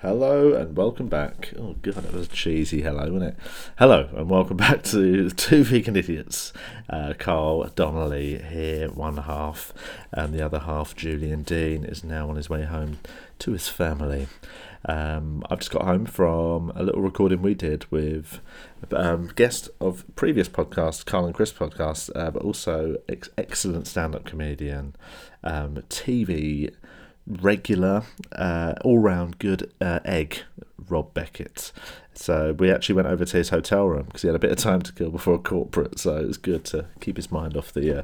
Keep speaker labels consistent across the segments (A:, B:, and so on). A: Hello and welcome back. Oh god, that was cheesy. Hello, wasn't it? Hello and welcome back to Two Vegan Idiots. Uh, Carl Donnelly here, one half, and the other half, Julian Dean, is now on his way home to his family. Um, I've just got home from a little recording we did with um, guest of previous podcast, Carl and Chris podcast, uh, but also ex- excellent stand-up comedian, um, TV regular, uh, all round good uh, egg, Rob Beckett. So we actually went over to his hotel room because he had a bit of time to kill before corporate. So it was good to keep his mind off the uh,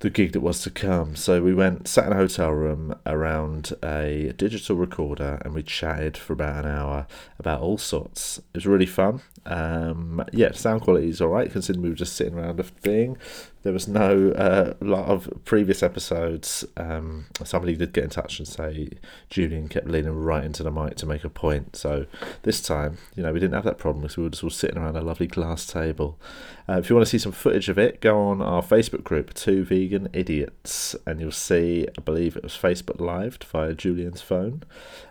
A: the gig that was to come. So we went, sat in a hotel room around a digital recorder, and we chatted for about an hour about all sorts. It was really fun. Um, yeah, sound quality is all right considering we were just sitting around a thing. There was no uh, lot of previous episodes. Um, somebody did get in touch and say Julian kept leaning right into the mic to make a point. So this time, you know, we didn't have that problem because we were just all sitting around a lovely glass table. Uh, if you want to see some footage of it, go on our Facebook group, Two Vegan Idiots, and you'll see, I believe it was Facebook Live via Julian's phone.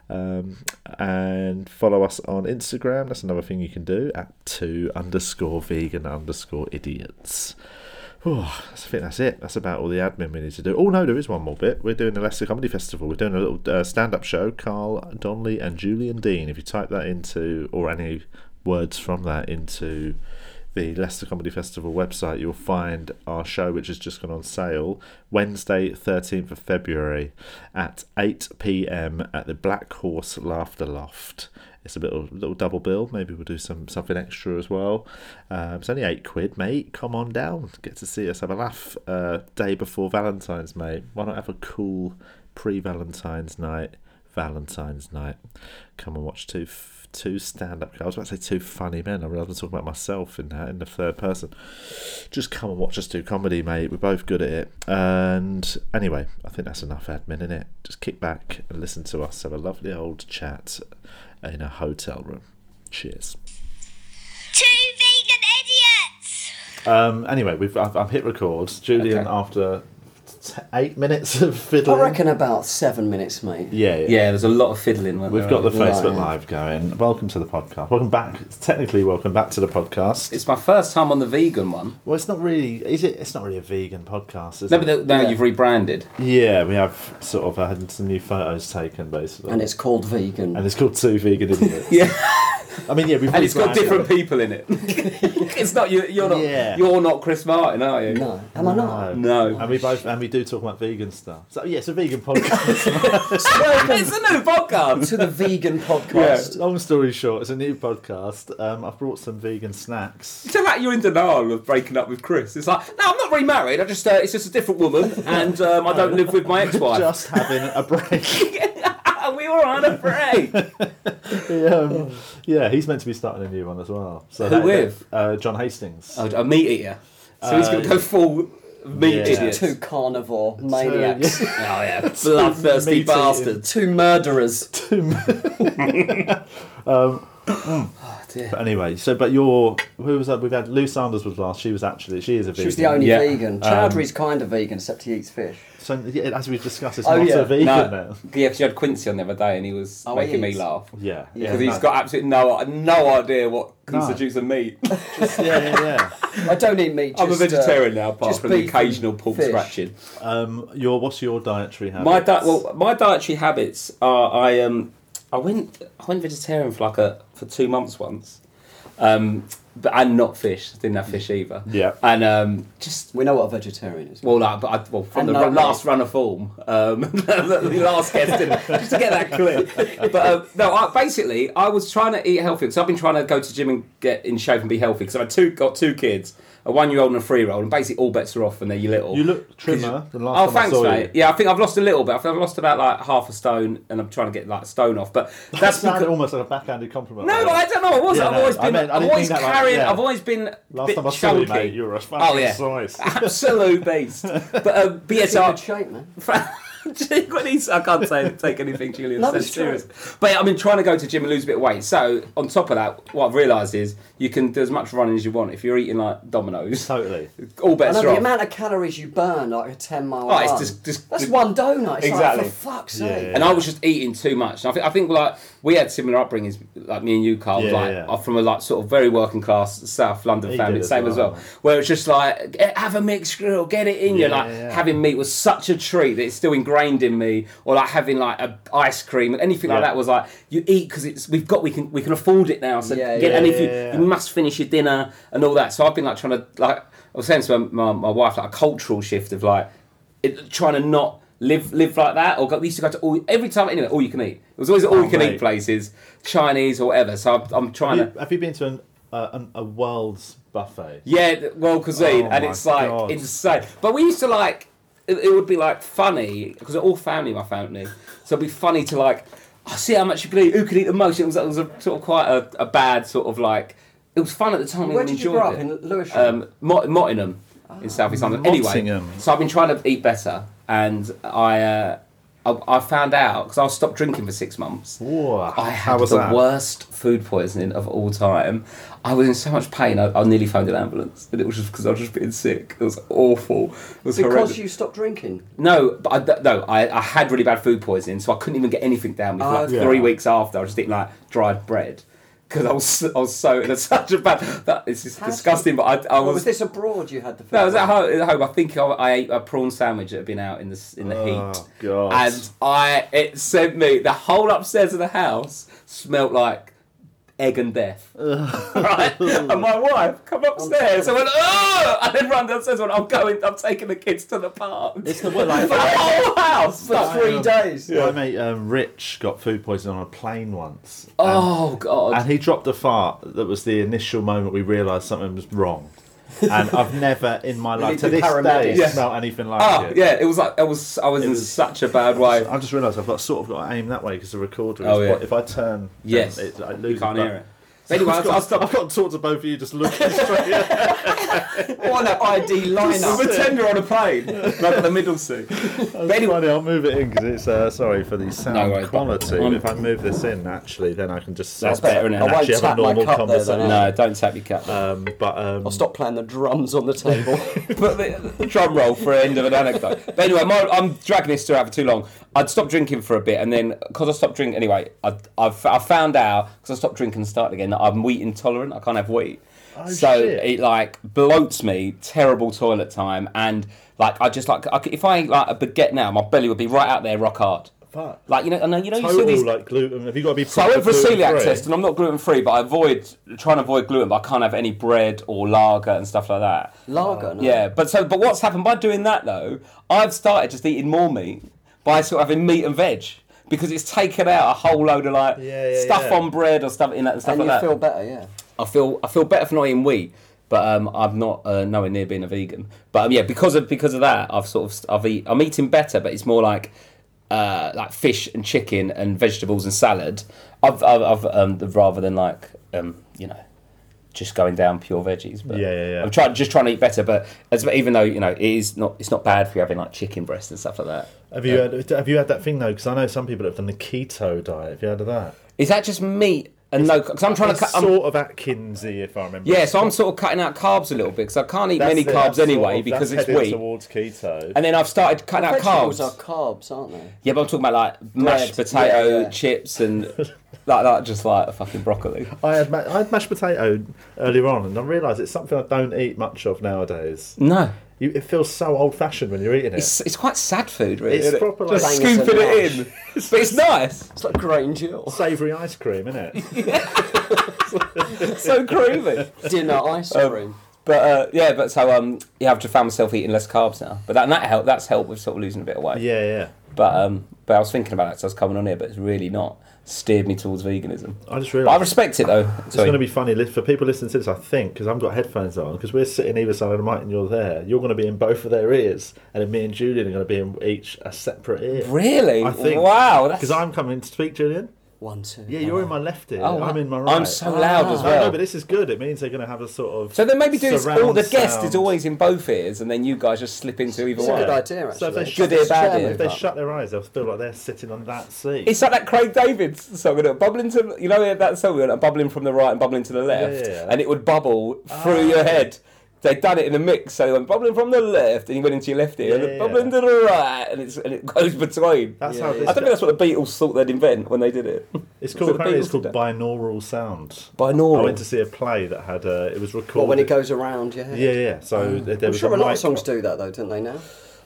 A: Um, and follow us on Instagram. That's another thing you can do at two underscore vegan underscore idiots. Whew, I think that's it. That's about all the admin we need to do. Oh no, there is one more bit. We're doing the Leicester Comedy Festival. We're doing a little uh, stand-up show. Carl Donnelly and Julian Dean. If you type that into or any words from that into the Leicester Comedy Festival website, you'll find our show, which has just gone on sale Wednesday, 13th of February at 8 pm at the Black Horse Laughter Loft. It's a little, little double bill. Maybe we'll do some something extra as well. Um, it's only eight quid, mate. Come on down. Get to see us. Have a laugh. Uh, day before Valentine's, mate. Why not have a cool pre Valentine's night? Valentine's night. Come and watch two f- two stand up. I was about to say two funny men. I realised I'm talking about myself in that in the third person. Just come and watch us do comedy, mate. We're both good at it. And anyway, I think that's enough admin, innit? Just kick back and listen to us have a lovely old chat in a hotel room. Cheers.
B: Two vegan idiots.
A: Um, anyway, we've I've, I've hit record. Julian,
C: Okay.
A: after t- eight minutes of fiddling,
D: I reckon about seven minutes, mate.
A: Yeah, yeah.
C: Yeah, there's a lot of fiddling. weren't
A: We've
C: there,
A: got the
C: really?
A: Facebook
D: Live.
A: Live going. Welcome to the podcast. Welcome back. Technically, welcome back to the podcast.
C: It's my first time on the vegan one.
A: well, it's not really. Is it? It's not really a vegan podcast. Is
C: No,
A: it?
C: but th- now
D: Yeah.
C: you've rebranded.
A: yeah, we have sort of uh, had some new photos taken, basically,
D: And it's called vegan.
A: and it's called Two Vegan Idiots.
C: Yeah,
A: I mean, yeah, we've
C: and it's got
A: rebranded.
C: different people in it. it's not you. You're not.
A: Yeah.
C: You're not Chris Martin, are you?
D: no, am I not?
C: No.
A: and we both and we do talk about vegan stuff. So yeah, it's a vegan podcast.
C: it's a new podcast.
D: To the vegan podcast.
A: Long story short, it's a new podcast. Um, I've brought some vegan snacks.
C: Tell that you're in denial of breaking up with Chris. It's like, no, I'm not remarried. I just, uh, it's just a different woman, and um, I don't live with my ex-wife.
A: Just having a break.
C: we were on a break.
A: Yeah, um, yeah, he's meant to be starting a new one as well. So
C: Who with? Oh.
A: Uh, John Hastings.
C: a, a meat eater. So he's going to go full meat
A: Uh, yeah.
C: idiot.
D: Two carnivore
A: So,
D: maniacs.
A: yeah.
C: Oh yeah, bloodthirsty
A: meat-eating.
C: bastards.
D: Two murderers.
A: But anyway, so but your who was that? We've had Lou Sanders was last. She was actually she is a vegan.
D: She was the only
C: Yeah. um,
D: vegan. Chowdhury's kind of vegan, except he eats fish.
A: So yeah, as we've discussed, it's
D: Oh,
A: not
D: yeah.
A: a vegan
C: No,
A: now.
C: yeah, because you had Quincy on the other day, and he was
D: Oh,
C: making
D: he
C: me
D: is.
C: laugh
A: Yeah,
D: Yeah.
C: because
A: no.
C: he's got absolutely no no idea what constitutes a meat.
A: yeah, yeah,
D: I don't eat meat. Just, uh,
C: I'm a vegetarian now, apart
D: just
C: from the
D: beef
C: occasional
D: and
C: pork
D: fish.
C: scratching.
A: yeah. Um, your what's your dietary habit?
C: My di- well, my dietary habits are I um I went I went vegetarian for like a for two months once, um but and not fish didn't have fish either.
A: Yeah.
C: and um just
D: We know what a vegetarian is.
C: Well, like, but I, well, from
D: And
C: the
D: no
C: ra-
D: meat.
C: last run of form, um, the last guest, didn't, just to get that clear. But um, no, I, basically, I was trying to eat healthy because I've been trying to go to gym and get in shape and be healthy because I had two, got two kids, a one-year-old and a three-year-old, and basically all bets are off when they're little.
A: you look trimmer than last
C: Oh,
A: time
C: thanks,
A: I saw
C: mate.
A: you.
C: Yeah, I think I've lost a little bit. I think I've lost about like half a stone, and I'm trying to get like a stone off. But
A: That
C: that's
A: sounded
C: because.
A: almost like a backhanded compliment.
C: No, but I don't know. I wasn't.
A: Yeah,
C: I've
A: no,
C: always
A: I
C: been. I
A: meant- I
C: have
A: didn't
C: always
A: mean that like-
C: carrying.
A: yeah.
C: I've always been. a
A: Last
C: bit
A: time I saw you,
C: chunky.
A: mate, you were a fucking
C: Oh yeah,
A: size.
C: absolute beast. But um, but yeah,
D: It's in
C: so I-
D: good shape, man.
C: Fra- Julian's- I can't say take anything Julian
D: No,
C: says
D: it's true.
C: serious. But yeah, I've been trying to go to gym and lose a bit of weight. So on top of that, what I've realised is you can do as much running as you want if you're eating like Dominoes.
A: Totally.
C: All
D: I
C: bets
D: know
C: are
D: the
C: off.
D: amount of calories you burn like a ten mile
C: Oh,
D: run.
C: it's just- just-
D: That's one donut. It's
C: Exactly.
D: Like, for fuck's
A: Yeah,
D: sake.
A: yeah.
C: and I was just eating too much. And I think I think like we had similar upbringings, like me and you, Carl,
A: Yeah,
C: like
A: yeah.
C: are from a like sort of very working class South London
A: He
C: family,
A: did as
C: same as well.
A: well.
C: Where it's just like "Eh, have a mixed grill, get it in you.
A: Yeah,
C: Like
A: yeah.
C: having meat was such a treat that it's still ingrained in me. Or like having like a ice cream and anything like
A: Yeah.
C: that was like you eat because it's we've got we can we can afford it now. So
D: Yeah,
C: get
D: yeah,
C: and if
A: yeah,
C: you,
A: yeah.
C: you must finish your dinner and all that. So I've been like trying to like I was saying to my, my, my wife like a cultural shift of like it, trying to not live live like that or go, we used to go to all every time anyway all you can eat. It was always all you can
A: Oh, mate.
C: eat places, Chinese or whatever. So I'm, I'm trying
A: Have
C: to.
A: you, have you been to an, uh, an, a world's buffet?
C: Yeah, th- world cuisine,
A: Oh
C: and
A: my
C: it's like
A: God.
C: insane. But we used to like it, it would be like funny because all family, my family, so it'd be funny to like I see how much you can eat, who can eat the most. It was, it was a, sort of quite a, a bad sort of like it was fun at the time.
D: Where
C: and
D: did you
C: enjoyed
D: grow up
C: it.
D: in Lewisham?
C: um, Mott- Mottingham
D: Ah.
C: in South East London. Anyway,
E: Mottingham.
C: so I've been trying to eat better, and I uh, I, I found out because I stopped drinking for six months.
A: Whoa,
C: I
E: how
C: had
E: was
C: the
E: that?
C: worst food poisoning of all time. I was in so much pain. I, I nearly phoned an ambulance, and it was just because I was just being sick. It was awful. It was
D: because
C: horrendous.
D: you stopped drinking.
C: No, but I, th- no, I, I had really bad food poisoning, so I couldn't even get anything down with.
D: Oh,
C: like
D: okay.
C: three weeks after, I was just eating like dried bread because I was I was so in such a bad. That it's just
D: How did
C: disgusting. But I, I
D: Or was,
C: was
D: this abroad you had the food?
C: no, I was at home. At home I think I, I ate a prawn sandwich that had been out in the s- in the heat,
A: Oh, God.
C: and I it sent me the whole upstairs of the house smelt like egg and death. right, and my wife come upstairs. I went oh, and then run downstairs. and Went I'm going. I'm taking the kids to the park.
A: It's the one like
C: the whole house.
D: for
C: like-
D: three days.
A: My mate um, Rich got food poisoning on a plane once. and-
C: oh
A: And,
C: god.
A: he dropped a fart that was the initial moment we realised something was wrong. And I've never in my life
D: need
A: to
D: the
A: this day
D: paramedics.
C: Yeah.
A: smelled anything like
C: Oh
A: it.
C: yeah, it was like I was I was in
A: was-
C: such a bad way.
A: I've just realised I've got sort of got to aim that way because the recorder.
C: Oh,
A: is,
C: yeah.
A: If I turn,
C: Yes.
A: then it, I
C: You
A: lose
C: can't
A: but-
C: hear it. But anyway,
A: I've
C: I'll, I'll
A: got,
C: stop.
A: I've got to talk to both of you just looking straight. at-
D: What an ID lineup.
C: pretend you're on a plane, like the middle seat. But anyway,
A: Funny, I'll move it in because it's uh, sorry for the sound
C: worries, but
A: quality.
C: I'm-
A: if I move this in, actually, then I can just
C: That's
A: sit back
C: better,
A: and
C: innit? I won't
A: actually
D: tap
A: have a
D: my
A: normal
D: cup there, then,
A: conversation.
C: no, don't tap your cap.
A: Um, but um,
D: I'll stop playing the drums on the table.
C: But the, the drum roll for the end of an anecdote. But anyway, my, I'm dragging this story out for too long. I'd stopped drinking for a bit, and then because I stopped drinking anyway, I I've, I found out because I stopped drinking and started again that I'm wheat intolerant. I can't have wheat, so
A: Oh, shit.
C: it like bloats me. Terrible toilet time, and like I just like I, could- if I ate like a baguette now, my belly would be right out there, rock hard.
A: Fuck.
C: Like you know, I know you know you see
A: total
C: these
A: like gluten. Have you got to be?
C: So I went for a celiac test, and I'm not gluten free, but I avoid trying to avoid gluten. But I can't have any bread or lager and stuff like that.
D: Lager. No?
C: Yeah, but so but what's happened by doing that though? I've started just eating more meat by sort of having meat and veg because it's taken out a whole load of like
A: Yeah, yeah,
C: stuff
A: yeah.
C: on bread or stuff in that and stuff
D: And you
C: like
D: feel
C: that.
D: better, yeah.
C: I feel I feel better for not eating wheat, but um, I'm not uh, nowhere near being a vegan. But um, yeah, because of because of that, I've sort of I've eat, I'm eating better, but it's more like uh, like fish and chicken and vegetables and salad. I've I've, I've um, rather than like um, you know. Just going down pure veggies, but
A: Yeah, yeah, yeah.
C: I'm trying, just trying to eat better. But as, even though you know it is not, it's not bad for you having like chicken breast and stuff like that.
A: Have you had, have you had that thing though? Because I know some people have done the keto diet. Have you heard of that?
C: Is that just meat and no? Because I'm trying
A: It's
C: to cut. I'm-
A: sort of Atkinsy, if I remember.
C: yeah, so I'm sort of cutting out carbs a little bit because I can't eat
A: That's
C: many
A: it,
C: carbs
A: that's sort
C: anyway
A: of-
C: because
A: that's
C: it's
A: headed
C: wheat.
A: towards keto.
C: And then I've started cutting out
D: Vegetables
C: carbs.
D: are carbs, aren't they?
C: Yeah, but I'm talking about like mashed
D: Bread,
C: potato
D: yeah, yeah.
C: chips and like that, just like a fucking broccoli.
A: I had ma- I had mashed potato earlier on, and I realised it's something I don't eat much of nowadays.
C: No,
A: You, it feels so old fashioned when you're eating it.
C: it's it's quite sad food, really.
A: It's
C: isn't it?
A: proper, like-
C: just
D: Bangers
C: scooping
D: and
C: it in, but it's nice.
D: It's like grain jewel.
A: Savoury ice cream, isn't it?
C: It's so creamy.
D: Dinner ice
A: Um,
D: cream.
C: But uh, yeah, but so um, yeah, I've just found myself eating less carbs now. But that and that helped. That's helped with sort of losing a bit of weight.
A: yeah, yeah.
C: But um, but I was thinking about it, so I was coming on here, but it's really not steered me towards veganism.
A: I just
C: But I
A: realised
C: respect it though.
A: it's going
C: Sorry.
A: to be funny li- for people listening to this. I think because I've got headphones on because we're sitting either side of the mic and you're there. You're going to be in both of their ears, and then me and Julian are going to be in each a separate ear.
C: Really?
A: I think
C: Wow. That's
A: Because I'm coming to speak, Julian.
D: One, two.
A: Yeah, you're in my left ear.
C: Oh,
A: I'm in my right. Ah.
C: I'm so loud as
A: No, no,
C: well.
A: but this is good. It means they're going to have a sort of.
C: so then maybe do this. All
A: surround
C: the guest
A: sound.
C: is always in both ears, and then you guys just slip into either
D: It's a good
C: one.
D: idea, actually.
A: So if they
D: Just
A: shut
C: Good ear, bad
D: share
C: ear.
D: with
A: If they
D: that.
A: shut their eyes, they'll feel like they're sitting on that seat.
C: It's like that Craig David song, a bubbling to you know that song, we went bubbling from the right and bubbling to the left,
A: Yeah, Ah. yeah, yeah.
C: and it would bubble through your head. They'd done it in a mix, so they went bubbling from the left, and you went into your left ear,
A: Yeah,
C: and
A: yeah,
C: bubbling to the right, and it's and it goes between.
A: that's
D: Yeah,
A: how
D: yeah.
A: this.
C: I don't think that's what the Beatles thought they'd invent when they did it.
A: it's
C: so
A: called.
C: the
A: Apparently,
C: Beatles
A: it's called
C: did
A: binaural sound.
C: Binaural.
A: I went to see a play that had. Uh, it was recorded.
D: Well, Oh. when it goes around your head.
A: Yeah, yeah. So there there
D: I'm
A: was
D: sure a lot
A: mic-
D: of songs do that, though, don't they, now?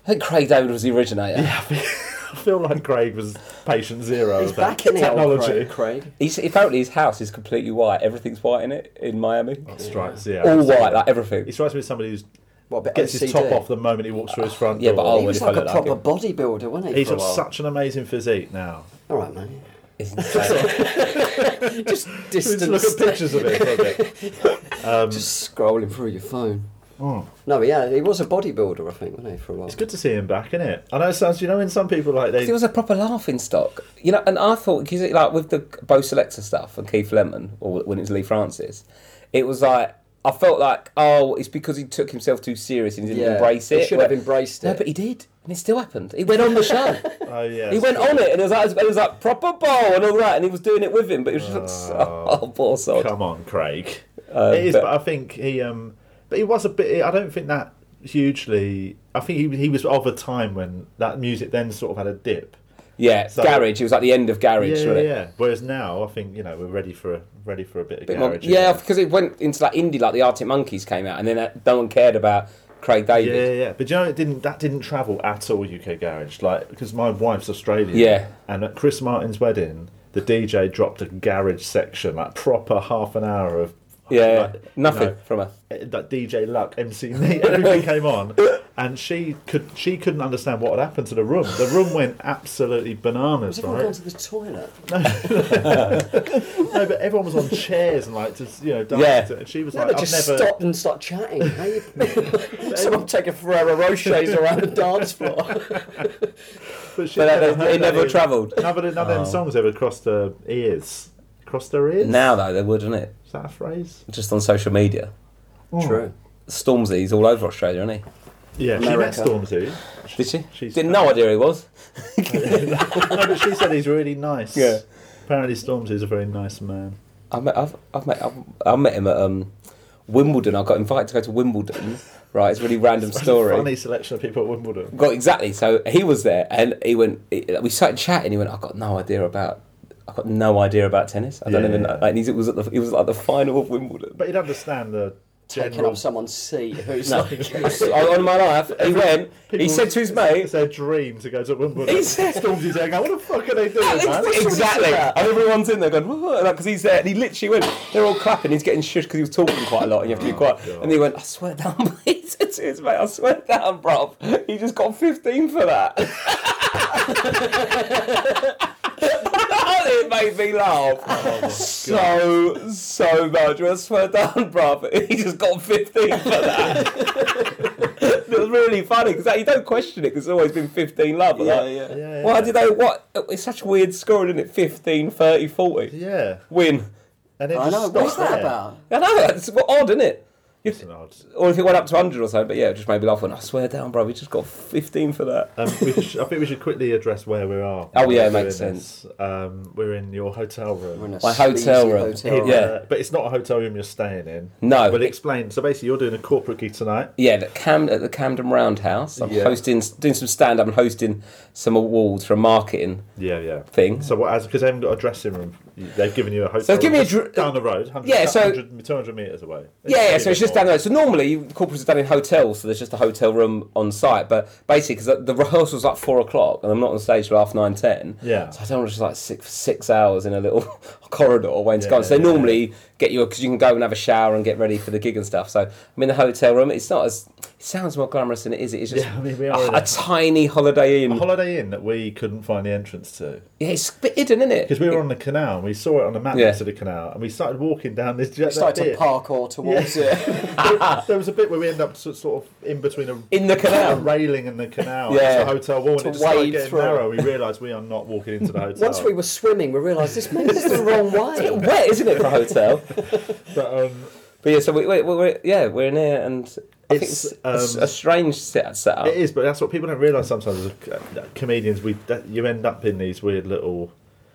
C: I think Craig David was the originator.
A: I feel like Craig was patient zero.
D: He's
A: of that
D: back in the old
A: technology.
D: Craig. Craig.
C: He's, apparently his house is completely white. Everything's white in it in Miami.
A: Oh, Strikes. Yeah.
C: All white, like everything.
A: He strikes me as somebody who's
D: What, a bit
A: gets his top
D: OCD?
A: off the moment he walks
D: Ah,
A: through his front
C: Yeah,
A: door.
C: but I'll-
D: He was
C: If I
D: like a
C: look like
D: proper bodybuilder, wasn't he?
A: He's
D: for a
A: got
D: while?
A: such an amazing physique now.
D: All right, mate.
C: It's insane.
D: Just
A: Just look at
D: distance.
A: pictures of it. for a bit. Um,
D: Just scrolling through your phone. No, but yeah, he was a bodybuilder, I think, wasn't he, for a while?
A: Oh. It's good to see him back, isn't it? I know it sounds. You know, when some people like they.
C: it was a proper laughing stock, you know. And I thought, cause it, like with the Bo Selector stuff and Keith Lemon, or when it was Lee Francis, it was like I felt like, oh, it's because he took himself too serious and he didn't
D: Yeah,
C: embrace
D: he
C: it.
D: should have embraced
C: No,
D: it.
C: but he did, and it still happened. He went on the show.
A: Oh yeah.
C: He went on it, and it was like it was like proper bowl and all that, and he was doing it with him, but it was just like, oh, poor sod.
A: Come on, Craig. it is,
C: Um, but-
A: but, I think he. Um, but he was a bit. I don't think that hugely. I think he he was of a time when that music then sort of had a dip.
C: Yeah,
A: So-
C: garage. It was like the end of garage,
A: Yeah,
C: wasn't
A: yeah,
C: it?
A: yeah. Whereas now, I think you know we're ready for a ready for a bit of
C: bit more-
A: garage.
C: yeah, because it went into like indie, like the Arctic Monkeys came out, and then uh, no one cared about Craig
A: yeah,
C: David.
A: yeah, yeah. But you know, it didn't that didn't travel at all UK garage, like because my wife's Australian.
C: Yeah.
A: And at Chris Martin's wedding, the DJ dropped a garage section, like proper half an hour of.
C: Yeah,
A: like,
C: nothing
A: you know,
C: from her.
A: eh, Like DJ Luck, MC Neat, everything came on, and she could she couldn't understand what had happened to the room. The room went absolutely bananas.
D: Has everyone
A: right?
D: gone to the toilet?
A: No, but everyone was on chairs and like just you know dancing.
C: Yeah.
A: to it. And she was
D: No,
A: like,
D: but
A: I've
D: just
A: never.
D: stop and start chatting. How you... Someone take a Ferrero Rochers around the dance floor.
A: But she
C: But that-
A: never
C: they- they
A: heard
C: never
A: any-
C: travelled. Oh.
A: None of, the- none of them songs ever crossed her ears. Crossed her ears.
C: Now though, they would, wouldn't it?
A: is that a phrase?
C: Just on social media.
D: True.
C: Stormzy's all over Australia, isn't he?
A: Yeah,
D: America.
A: she met Stormzy.
C: Did she?
A: She's-
C: Didn't no idea who he was.
A: no, but she said he's really nice.
C: Yeah.
A: Apparently, Stormzy's a very nice man.
C: I met, I've, I've met, I've, I met him at um, Wimbledon. I got invited to go to Wimbledon. Right, it's a really random story.
A: Funny selection of people at Wimbledon.
C: Got exactly. So he was there, and he went. he- we started chatting. He went, "I've got no idea about. I've got no idea about tennis. I don't
A: Yeah.
C: even know." Like, and he was at the. It was like the final of Wimbledon.
A: But you'd understand the
D: Taking
A: general.
D: up someone's seat. Who's
C: No,
D: like...
C: on my life, he went. He
A: People-
C: said to his
A: It's
C: mate,
A: their dream to go to Wimbledon.
C: He said-
A: Stormzy's there going, what the fuck are they doing, man?
C: "Exactly." And everyone's in there going, "Because he's there," and he literally went. They're all clapping. He's getting shushed because he was talking quite a lot, and you have to be quiet. And he went, "I swear down." He said to his mate, "I swear down, bro. He just got 15 for that." it made me laugh so so much. I swear down, bruv. He just got 15 for that. it was really funny because you don't question it because it's always been 15 love. Yeah,
D: yeah.
A: Yeah,
C: Why
A: yeah.
C: did they? What? It's such a weird scoring, isn't it? 15, 30, 40.
A: Yeah.
C: Win.
A: And it
D: I know,
A: just
D: what's
A: stopped
D: that
A: there.
D: about?
C: I know that's what odd, isn't it?
A: It's an odd-
C: Or if it went up to 100 or something, but yeah, it just made me laugh. When I swear down, bro, we just got 15 for that.
A: Um, we should, I think we should quickly address where we are.
C: Oh, yeah,
A: We're
C: it makes
A: doing this. Um, we're in your hotel room.
D: We're in a
C: My hotel
D: sleazy
C: room.
D: hotel room.
C: Yeah.
A: Uh, but it's not a hotel room you're staying in.
C: No.
A: But explain. So basically, you're doing a corporate gig tonight.
C: Yeah, at, Cam, at the Camden Roundhouse. I'm
A: Yeah.
C: hosting, doing some stand up and hosting some awards for marketing.
A: Yeah, yeah.
C: Thing.
A: So what? As because they haven't got a dressing room, you- they've given you a hotel.
C: So
A: room
C: give me a
A: just
C: dr-
A: down the road. 100,
C: Yeah, so-
A: 100, 200 meters away.
C: Yeah, yeah, so it's just down the road. So normally corporates are done in hotels, so there's just a hotel room on site. But basically, because the, the rehearsal's like four o'clock, and I'm not on stage till half nine ten.
A: Yeah.
C: So I don't want to just like sit for six hours in a little corridor waiting to
A: Yeah,
C: go. So they
A: yeah,
C: normally get you because you can go and have a shower and get ready for the gig and stuff. So I'm in the hotel room. It's not as it's It sounds more glamorous than it is. It is just
A: Yeah, I mean, we
C: a,
A: are in
C: a
A: a-
C: tiny Holiday Inn.
A: A holiday inn that we couldn't find the entrance to.
C: yeah, it's a bit hidden, isn't it?
A: Because we were on the canal and we saw it on the map
C: Yeah.
A: next to the canal and we started walking down this jet.
F: Started to parkour towards it.
A: there was a bit where we end up so- sort of in between a
C: In the canal.
A: a railing and the canal.
C: Yeah.
A: Yeah, a hotel wall, and
F: To
A: it just started
F: wade
A: getting
F: through.
A: narrow. We realised we are not walking into the hotel.
D: Once we were swimming, we realised this man is the wrong way.
C: Wet, isn't it, for a hotel?
A: but, um,
C: but yeah, so we, we, we're yeah, we're in here, and I
A: It's,
C: think it's a-
A: um,
C: a, strange set, setup.
A: it is. But that's what people don't realise sometimes. As a, that comedians, we that you end up in these weird little.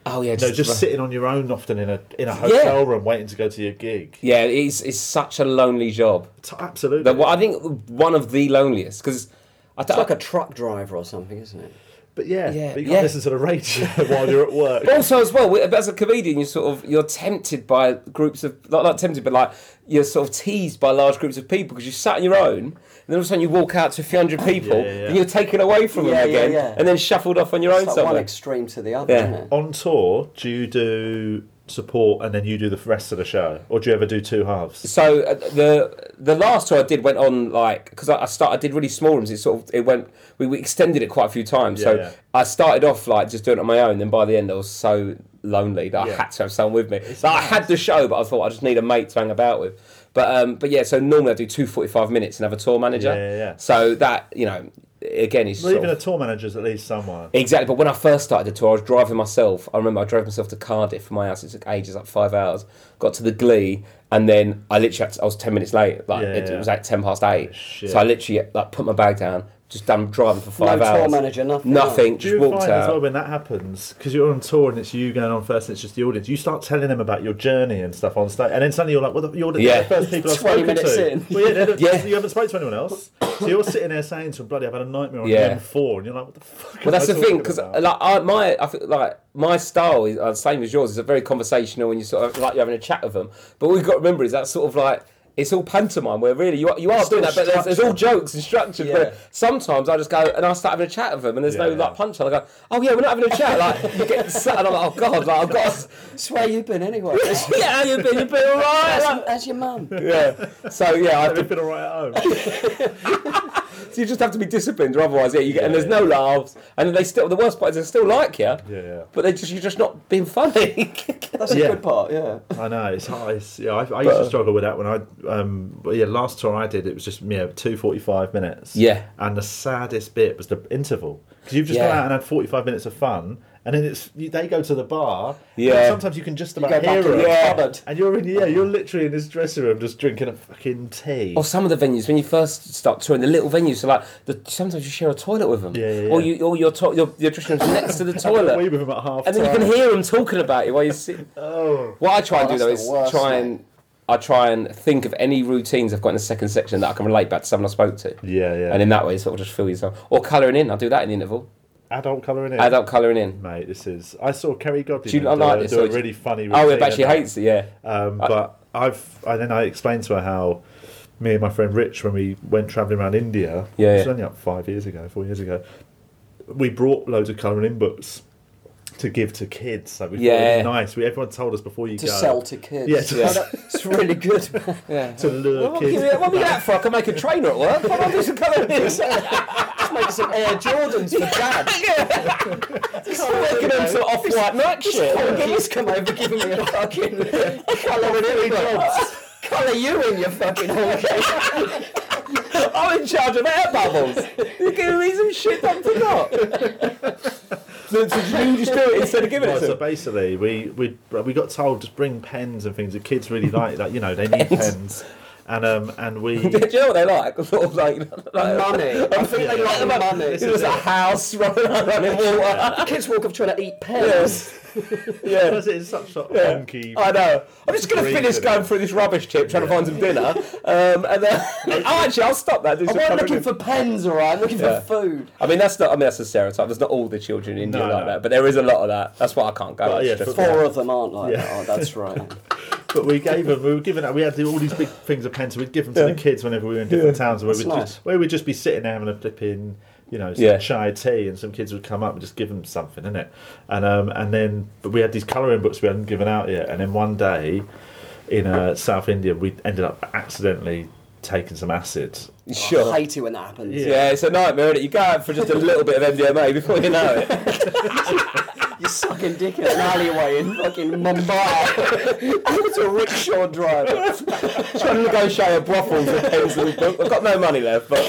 C: Oh yeah,
A: No, just sitting on your own often in a in a hotel room waiting to go to your gig.
C: Yeah, it's it's such a lonely job.
A: T- Absolutely.
C: But what I think one of the loneliest because I
D: It's
C: don't.
D: like a truck driver or something, isn't it?
A: but yeah,
C: Yeah,
A: but you
C: yeah.
A: can't listen to the radio while you're at work.
C: also as well as a comedian you're sort of you're tempted by groups of not, not tempted but like you're sort of teased by large groups of people because you sat on your own and then all of a sudden you walk out to a few hundred people
A: Yeah, yeah, yeah.
C: and you're taken away from
F: Yeah,
C: them
F: yeah,
C: again
F: yeah.
C: and then shuffled off on your own
D: It's like one
C: somewhere
D: extreme to the other,
C: Yeah.
D: isn't it?
A: on tour, do you do support and then you do the rest of the show, or do you ever do two halves?
C: so uh, the the last tour I did went on like because I, I start I did really small rooms. It sort of it went we, we extended it quite a few times. so
A: Yeah, yeah.
C: I started off like just doing it on my own. Then by the end I was so lonely that I
A: Yeah.
C: had to have someone with me. Like, I had the show, but I thought I just need a mate to hang about with. But um, but yeah, so normally I do two forty five minutes and have a tour manager.
A: Yeah, yeah, yeah.
C: So that you know again is
A: Well,
C: sort
A: even a
C: of,
A: tour manager's at least someone.
C: Exactly, but when I first started the tour, I was driving myself. I remember I drove myself to Cardiff from my house. It took ages, like five hours. Got to the Glee, and then I literally had to, I was ten minutes late. Like
A: Yeah,
C: it, it
A: yeah.
C: was like ten past eight.
A: Shit.
C: So I literally like put my bag down, just done driving for five
D: No tour
C: hours.
D: manager, nothing,
C: Nothing.
A: Do
C: Just
A: you
C: walked
A: find as well
C: out.
A: when that happens because you're on tour and it's you going on first and it's just the audience? You start telling them about your journey and stuff on stage, and then suddenly you're like, "Well, the- you're the they're
C: Yeah.
A: the first people I've
F: 20
A: spoken
F: minutes
A: to."
F: in.
A: Well, yeah, they're the-
C: Yeah.
A: you haven't spoken to anyone else, so you're sitting there saying to them, "Bloody, I've had a nightmare on
C: Yeah.
A: M4," and you're like, "What the fuck?"
C: Well,
A: am
C: that's
A: I
C: the thing
A: talking
C: because
A: about?"
C: like I, my I feel like my style is uh, same as yours. It's a very conversational, and you sort of like you're having a chat with them. But what we've got to remember is that sort of like. It's all pantomime where really you are, you are doing that, but there's, there's all jokes and structure.
F: Yeah.
C: But sometimes I just go and I start having a chat with them, and there's no
A: Yeah, yeah.
C: like punchline. I go, oh yeah, we're not having a chat. Like you get sat, and I'm like, oh god, like I've got. To,
D: It's where you've been anyway. That's,
C: yeah, how you been? You been alright? Like,
D: that's your mum.
C: yeah. So yeah, I,
A: I've been alright at home.
C: so you just have to be disciplined, or otherwise, yeah, you get. and there's no laughs, and they still. The worst part is they still like you.
A: Yeah, yeah.
C: But they just you're just not being funny.
F: That's the
A: Yeah.
F: good part, yeah.
A: I know it's hard. It's, yeah, I, I used to
C: uh,
A: struggle with that when I, um, but yeah, last tour I did it was just yeah two forty five minutes.
C: Yeah.
A: and the saddest bit was the interval because you've just
C: Yeah.
A: gone out and had forty five minutes of fun, and then it's you, they go to the bar. and
C: Yeah.
A: sometimes you can just about
F: go back
A: hear
F: in
A: them,
F: the cupboard.
A: and you're in yeah, you're literally in this dressing room just drinking a fucking tea.
C: Or some of the venues when you first start touring, the little venues, so like the, sometimes you share a toilet with them,
A: Yeah, yeah,
C: or
A: yeah.
C: you or your to- your your dressing room's next to the
A: we
C: toilet,
A: were at half
C: and then you
A: time.
C: can hear them talking about you while you sit.
A: Oh,
C: What I try and
F: Oh,
C: do though
F: that's
C: is
F: the worst,
C: try and I try and think of any routines I've got in the second section that I can relate back to someone I spoke to,
A: yeah, yeah.
C: and in that way sort of just fill yourself. Or colouring in, I do that in the interval.
A: adult colouring in.
C: Adult colouring in.
A: Mate, this is. I saw Kerry Godwin
C: Do you
A: do,
C: not like
A: a-
C: this,
A: do
C: or
A: a
C: do you-
A: really funny.
C: Oh,
A: routine
C: yeah, she
A: about-
C: hates it. Yeah,
A: Um, but I've and then I explained to her how me and my friend Rich, when we went travelling around India,
C: Yeah,
A: it was
C: yeah.
A: only like five years ago, four years ago, we brought loads of colouring in books to give to kids. So we thought it
C: Yeah.
A: was nice. We, everyone told us before you
D: To
A: go
D: sell to kids.
A: Yeah, to,
D: It's really good.
C: yeah.
A: to lure
C: What,
A: kids.
C: what, what we that for? I can make a trainer at work. Why don't I do some colouring in?
F: Just make some Air Jordans for dad.
C: Making them sort of off-white night shit.
F: He's come over giving me a fucking colour in every Colour you in your fucking honky.
C: I'm in charge of air bubbles. You're giving me some shit done for not. so, so you just do it instead of giving
A: Right,
C: it to
A: so
C: them.
A: basically, we, we we got told just bring pens and things. The kids really like that, you know, they need pens, and um and we
C: Do you know what they like? Sort of like, like
F: Money. I think they like the money.
C: it was a house running running water.
F: The kids walk up trying to eat pears.
C: Yeah.
A: because it's such a honky.
C: I know. I'm just going to
A: Green,
C: finish
A: isn't
C: going
A: it?
C: through this rubbish tip, trying to find some dinner, um, and then oh, actually, I'll stop that.
F: I weren't looking for pens, alright? I'm looking
C: Yeah.
F: for food.
C: I mean, that's not. I mean, that's a stereotype. There's not all the children in India
A: No,
C: like
A: no.
C: that, but there is a lot of that. That's why I can't go.
A: But, yeah,
C: It's just-
A: for-
D: Four of them aren't like
A: Yeah.
D: that. Oh, that's right.
A: But we gave them, we were giving out, we had all these big things of pens, so we'd give them to the kids whenever we were in different towns where we'd,
D: nice.
A: just, where we'd just be sitting there having a flipping, you know, some
C: Yeah.
A: chai tea, and some kids would come up and just give them something, innit? And, um, and then, but we had these colouring books we hadn't given out yet, and then one day in uh, South India, we ended up accidentally taking some acid.
C: Sure.
D: I hate it when that happens.
C: Yeah, it's a nightmare, is it? You go out for just a little bit of MDMA before you know it.
D: You're sucking dick in an alleyway in fucking Mumbai.
C: It's a rickshaw driver. Trying to negotiate a brothel for pens and book. I've got no money left, but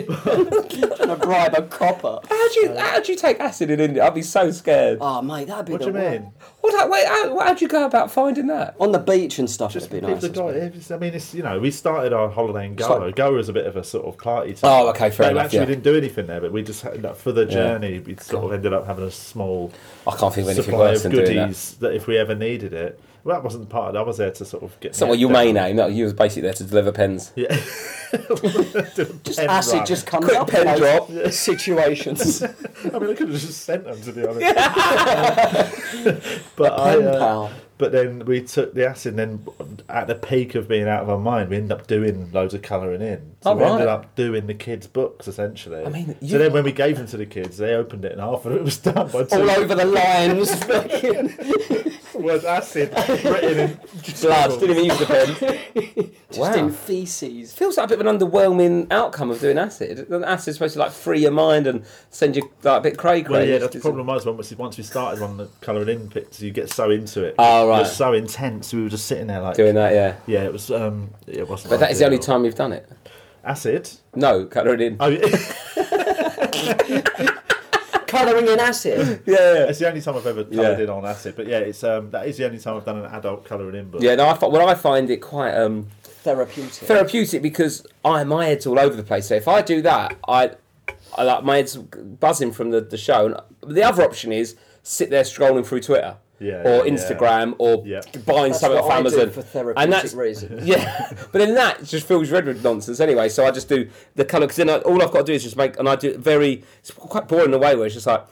D: trying to bribe a copper.
C: how do you how do you take acid in India? I'd be so scared.
D: Oh, mate, that'd be
A: What do
D: the
A: you
D: worst.
A: mean?
C: What? How, wait, how, how do you go about finding that?
D: On the beach and stuff, it'd be
A: People
D: nice.
A: are
D: as well.
A: dying. It's- I mean, it's you know, we started our holiday in Goa.
C: like-
A: Goa is a bit of a sort of party town.
C: Oh, okay, fair
A: No,
C: enough,
A: Actually,
C: yeah.
A: we didn't do anything there, but we just had, like, for the journey, we sort of ended up having a small
C: I can't think of Oh, anything
A: supply
C: worse
A: of
C: than doing that.
A: goodies that. if we ever needed it. Well, that wasn't part. Of, I was there to sort of get.
C: So, well, your main aim, no, you was basically there to deliver pens.
A: Yeah.
D: Just
A: Pen
D: acid
A: run.
D: just comes
C: Quick
D: up.
C: pen
D: mate.
C: drop.
D: Situations.
A: I mean, I could have just sent them to be honest. but I,
D: Pen
A: uh,
D: pal.
A: But then we took the acid, and then at the peak of being out of our mind, we ended up doing loads of colouring in. So
C: Oh,
A: we ended
C: right.
A: up doing the kids' books essentially. I
C: mean, you-
A: so then when we gave them to the kids, they opened it, and half of it was done by two
D: All over the lines. fucking
A: was acid written in.
C: Blood. Didn't even use the pen.
D: Just in feces.
C: feels like a bit of an underwhelming outcome of doing acid. Acid's supposed to like free your mind and send you like a bit cray cray.
A: Well, yeah, that's the problem. Was once once we started on the colouring in pictures, you get so into it.
C: Oh,
A: It
C: right.
A: was so intense. We were just sitting there like
C: Doing that, yeah.
A: Yeah, it was. Um, it wasn't.
C: But that is the only
A: ideal.
C: time you've done it.
A: Acid.
C: No, colouring in.
A: Oh, yeah.
D: Colouring in acid.
C: Yeah.
A: It's the only time I've ever coloured
C: Yeah.
A: in on acid, but yeah, it's um that is the only time I've done an adult colouring in book.
C: Yeah, no, I, fi- well, I find it quite um,
D: Therapeutic.
C: therapeutic because I my head's all over the place. So if I do that, I, I like my head's buzzing from the, the show. And the other option is sit there scrolling through Twitter.
A: Yeah,
C: or
A: yeah.
C: Instagram, or
A: Yeah.
C: buying
D: That's
C: something off
D: what I do
C: Amazon,
D: for therapeutic
C: and that's
D: reasons.
C: yeah. But then that just fills red with nonsense anyway. So I just do the colour because then I, all I've got to do is just make and I do it very. It's quite boring in a way where it's just like.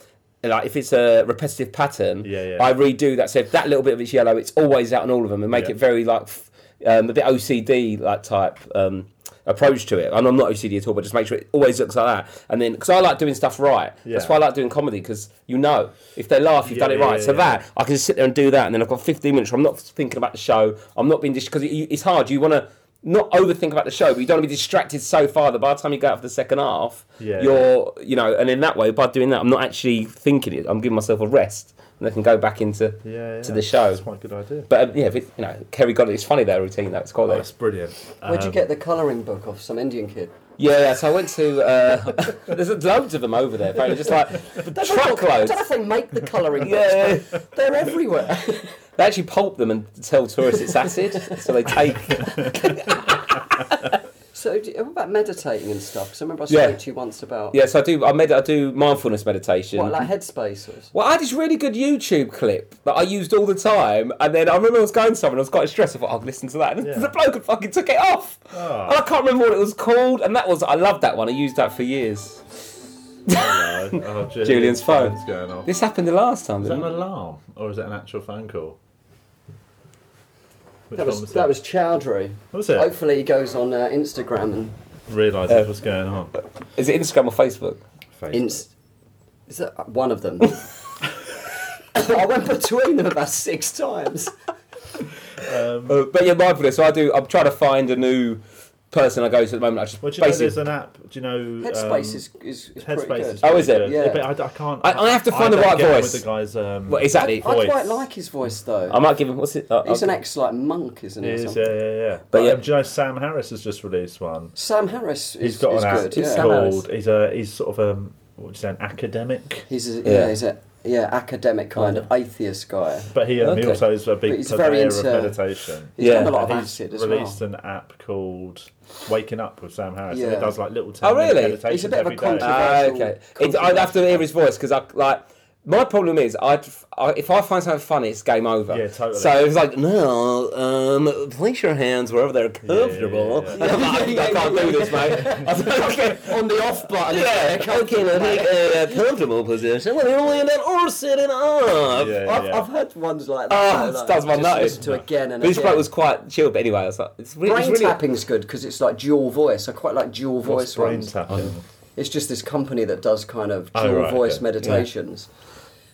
C: Like if it's a repetitive pattern,
A: Yeah, yeah.
C: I redo that. So if that little bit of it's yellow, it's always out on all of them, and make
A: Yeah.
C: it very like f- um, a bit OCD like type um, approach to it. And I'm not OCD at all, but just make sure it always looks like that. And then because I like doing stuff right, that's
A: Yeah.
C: why I like doing comedy because you know if they laugh, you've
A: Yeah,
C: done it
A: yeah,
C: right.
A: yeah,
C: so
A: yeah.
C: that I can just sit there and do that, and then I've got 15 minutes. Where I'm not thinking about the show. I'm not being because it, it's hard. You want to not overthink about the show, but you don't want to be distracted so far that by the time you go out for the second half,
A: Yeah.
C: you're you know. And in that way, by doing that, I'm not actually thinking it. I'm giving myself a rest, and I can go back into
A: yeah, yeah.
C: to the show.
A: That's quite a good idea.
C: But um, yeah, if it, you know, Kerry got it. It's funny their routine. That's quite
A: That's brilliant.
D: Where'd you get the colouring book off? Some Indian kid.
C: Yeah, yeah. So I went to. Uh, there's loads of them over there. Apparently, just like
D: I
C: truckloads.
D: don't know if they make the colouring books.
C: Yeah, yeah.
D: They're everywhere.
C: They actually pulp them and tell tourists it's acid, so they take.
D: So, do, what about meditating and stuff? Because I remember I spoke
C: Yeah.
D: to you once about
C: Yeah, so I do. I med- I do mindfulness meditation.
D: what, like headspace or
C: well, I had this really good YouTube clip that I used all the time, and then I remember I was going somewhere and I was quite stressed. I thought I'd listen to that, and
A: Yeah.
C: the bloke had fucking took it off,
A: Oh.
C: and I can't remember what it was called. And that was I loved that one. I used that for years.
A: Hello. Oh, Julian's,
C: Julian's phone.
A: phone's going off.
C: This happened the last time.
A: Is that
C: Didn't
A: an
C: it?
A: alarm or is it an actual phone call? Which
D: That
A: one
D: was,
A: was
D: that was Chowdhury.
A: Was it?
D: Hopefully he goes on uh, Instagram and
A: Realised
C: Uh,
A: what's going on.
C: Is it Instagram or Facebook?
A: Facebook.
D: inst. Is that one of them? I went between them about six times.
A: Um,
C: Uh, but yeah, mindfulness. So I do. I'm trying to find a new person I go to at the moment. I just
A: well, do you know um,
C: basically-
A: there's an app? Do you know um,
D: Headspace is, is, is pretty
A: Headspace
D: good.
A: is
C: Oh, is
A: pretty
C: it?
A: good.
D: Yeah.
A: but I, I can't.
C: I- I have to find the
A: don't
C: right
A: get on
C: voice.
A: With the guys, um,
C: Well, exactly.
D: I quite
A: voice.
D: like his voice though.
C: I might give him. What's it? Uh,
D: He's an
C: uh,
D: ex like monk, isn't he? or
A: is,
D: something?
A: yeah, yeah, yeah. But
C: yeah.
A: um, do you know Sam Harris has just released one?
D: Sam Harris is,
A: He's got
D: is
A: an app.
D: good.
A: It's
D: yeah.
A: called. He's a. He's sort of um. What would you say? An academic.
D: He's a, yeah,
C: Yeah.
D: he's a yeah academic kind of atheist guy.
A: But he, um, he
C: Okay.
A: also is a big
D: But he's
A: purveyor
D: very
A: of
D: into-
A: meditation.
D: He's
C: Yeah.
D: done a lot of
A: And he's
D: acid as well.
A: released an app called Waking Up with Sam Harris. And
D: Yeah.
A: it does like little
C: Oh, really?
D: He's a bit of a
A: controversial.
D: controversial-
C: Ah, okay. It, I'd have to hear his voice because I like. My problem is, I'd, I if I find something funny, it's game over.
A: Yeah, totally.
C: So it's like, no, um, place your hands wherever they're
A: yeah,
C: comfortable.
A: yeah.
C: And I'm like, I, can't do this, mate. On the off button. Yeah, okay, now take a, uh, comfortable position. Well, you're laying down or sitting up.
A: Yeah,
D: I've,
A: yeah.
D: I've had ones like
C: Ah,
D: that.
C: it does my
D: Just
C: nose.
D: listen to again and
C: But this
D: again.
C: bloke was quite chill, but anyway, I was like, it's, really-
D: brain
C: it's really
D: tapping's good because it's like dual voice. I quite like dual
A: What's
D: voice
A: brain
D: ones.
A: tapping?
D: It's just this company that does kind of
A: Oh,
D: dual
A: right,
D: voice
A: okay.
D: meditations.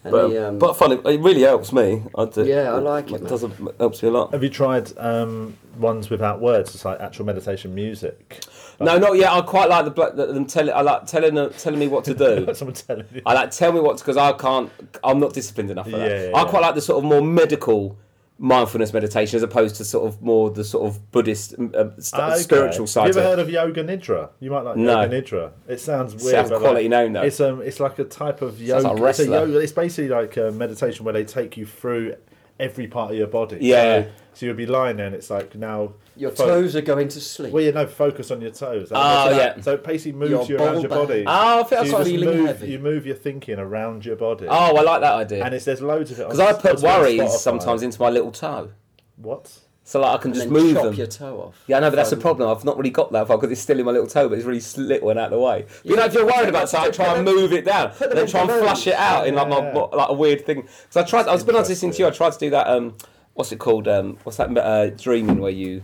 D: And
C: But,
D: he, um,
C: but fun, it, it really helps me. I do,
D: Yeah, I like it,
C: It
D: man.
C: does, it helps you a lot.
A: Have you tried um, ones without words? It's like actual meditation music.
C: No, not yet. I quite like the black, the- them telling. I like telling them- telling me what to do.
A: Someone telling you.
C: I like tell me what because I can't. I'm not disciplined enough for that.
A: Yeah, yeah,
C: I
A: yeah.
C: quite like the sort of more medical mindfulness meditation as opposed to sort of more the sort of Buddhist uh, st-
A: Ah, okay.
C: spiritual side.
A: Have you
C: to
A: ever
C: it.
A: heard of yoga nidra? You might like
C: No.
A: yoga nidra. It sounds weird.
C: Sounds
A: but
C: quality
A: like,
C: name, though.
A: It's um, it's like a type of yoga.
C: like
A: it's, a
C: wrestler.
A: yoga it's basically like a meditation where they take you through every part of your body.
C: Yeah.
A: So, so you'll be lying there, and it's like now
D: your
A: fo-
D: toes are going to sleep.
A: Well, you know, focus on your toes. Like,
C: Oh,
A: so that-
C: yeah.
A: So it basically moves
D: Your
A: you around
D: ball Ah,
A: your
D: back.
A: body.
C: Oh, I think
A: So
C: that's
A: you
C: what I
A: just
D: feeling
A: move,
D: heavy.
A: You move your thinking around your body.
C: Oh, I like that idea.
A: And it's, there's loads of it.
C: Because I put worries sometimes into my little toe,
A: What?
C: so like I can
D: and
C: just
D: then
C: move
D: chop
C: them.
D: your toe off.
C: Yeah, I know, but that's the problem. I've not really got that far because it's still in my little toe, but it's really little and out of the way. But, you know, if you're worried about something, try and move it down,
D: them
C: then
D: in
C: try and
D: balloons.
C: flush it out in like, my,
A: Yeah.
C: what- like a weird thing. Because I tried, I was been listening to you. I tried to do that. Um, what's it called? Um, what's that uh, dreaming where you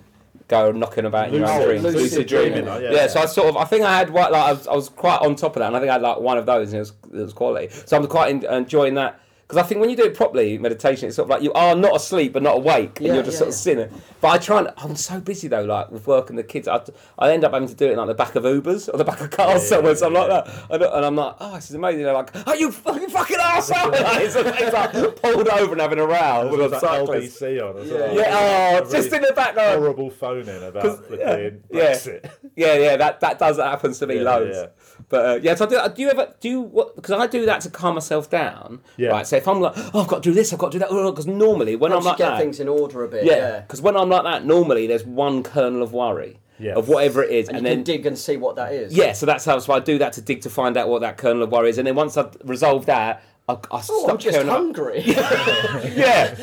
C: go knocking about in your own
A: Lucid-
C: dreams?
A: lucid
D: dreaming,
A: oh,
C: Yeah,
A: yeah.
C: So I sort of, I think I had what like I was, I was quite on top of that, and I think I had like one of those, and it was it was quality. So I'm quite in, enjoying that. Because I think when you do it properly, meditation, it's sort of like you are not asleep but not awake, and
D: Yeah,
C: you're just
D: yeah,
C: sort of
D: yeah.
C: in it. But I try and I'm so busy though, like with work and the kids. I, I end up having to do it in like the back of Ubers or the back of cars somewhere. So I'm like that, and, and I'm like, oh, this is amazing. They're like, oh, you fucking fucking asshole! Like, it's, it's like pulled over and having a row
A: There's
C: with a
A: like
C: cyclist.
A: LBC on. as
D: Yeah.
A: well.
C: Yeah, oh,
A: A
C: just
A: really
C: in the background.
A: horrible phone in about flipping
C: yeah.
A: Brexit.
C: Yeah, yeah, that that does happen to me
A: Yeah,
C: loads.
A: yeah.
C: But uh, yeah, so I do, do you ever do you what? Because I do that to calm myself down.
A: Yeah.
C: Right. So if I'm like, oh, I've got to do this, I've got to do that. Because normally when
D: Once
C: I'm
D: you
C: like
D: get
C: that,
D: things in order a bit.
C: Yeah,
D: Yeah.
C: because when I'm like that, normally there's one kernel of worry
A: Yes.
C: of whatever it is, and,
D: And you
C: then
D: can dig and see what that is.
C: yeah, so that's how. So I do that to dig to find out what that kernel of worry is, and then once I've resolved that, I, I
D: Oh,
C: stop
D: I'm just
C: caring about-
D: hungry.
C: Yeah,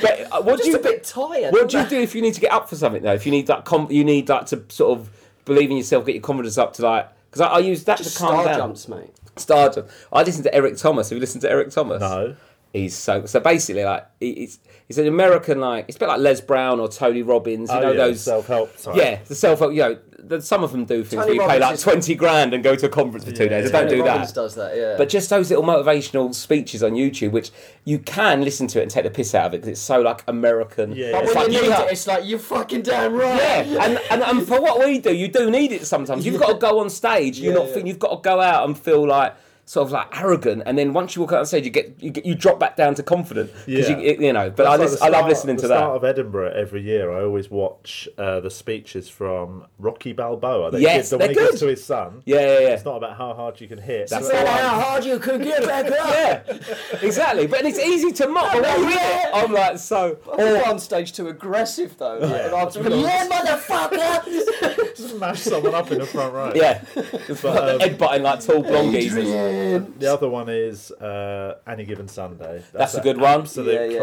C: but uh, what do
D: just
C: you
D: a bit tired.
C: what do you do if you need to get up for something though? If you need that, com- you need that to sort of believe in yourself, get your confidence up to like. Because I, I use that
D: Just
C: to calm
D: star
C: down.
D: jumps, mate.
C: Star jump. I listen to Eric Thomas. Have you listened to Eric Thomas?
A: No.
C: He's so so basically like he- he's he's an American like it's a bit like Les Brown or Tony Robbins. You
A: Oh,
C: know
A: yeah,
C: those
A: self-help type.
C: Yeah, the self help. You know, the, some of them do things
D: Tony
C: where you pay
D: Robbins
C: like
D: is-
C: twenty grand and go to a conference for two days. I don't
D: Tony
C: do
D: Robbins
C: that.
D: does that, yeah.
C: But just those little motivational speeches on YouTube, which you can listen to it and take the piss out of it because it's so like American.
A: Yeah, yeah.
C: It's
A: But
D: when
C: like,
D: you need
C: yeah.
D: it, it's like you fucking damn right.
C: Yeah, and, and and for what we do, you do need it sometimes. You've got to go on stage. You're
A: Yeah,
C: not
A: yeah.
C: think you've got to go out and feel like sort of like arrogant, and then once you walk out on stage, you get you, get, you drop back down to confident. 'Cause
A: Yeah.
C: you, you know. But I,
A: That's
C: lis-
A: like the
C: I love
A: start-
C: listening to
A: the
C: that.
A: start of Edinburgh every year. I always watch uh, the speeches from Rocky Balboa. That he
C: Yes,
A: gives- the one
C: they're
A: he gives to
C: good.
A: his son.
C: Yeah, yeah, yeah.
A: It's not about how hard you can hit.
C: That's
A: It's
C: it.
A: about-
D: How hard you could get back up.
C: yeah, exactly. But it's easy to mock. But when you hear it, I'm like so.
D: Or on stage too aggressive though. Like, and I'll just be like, yeah, motherfucker.
A: smash someone up in the front row.
C: Yeah,
A: um,
C: head butting like tall blonde geezers.
D: Adrian.
A: The other one is uh, Any Given Sunday.
C: That's a
A: an
C: good one.
A: Absolute
D: Yeah, yeah, yeah.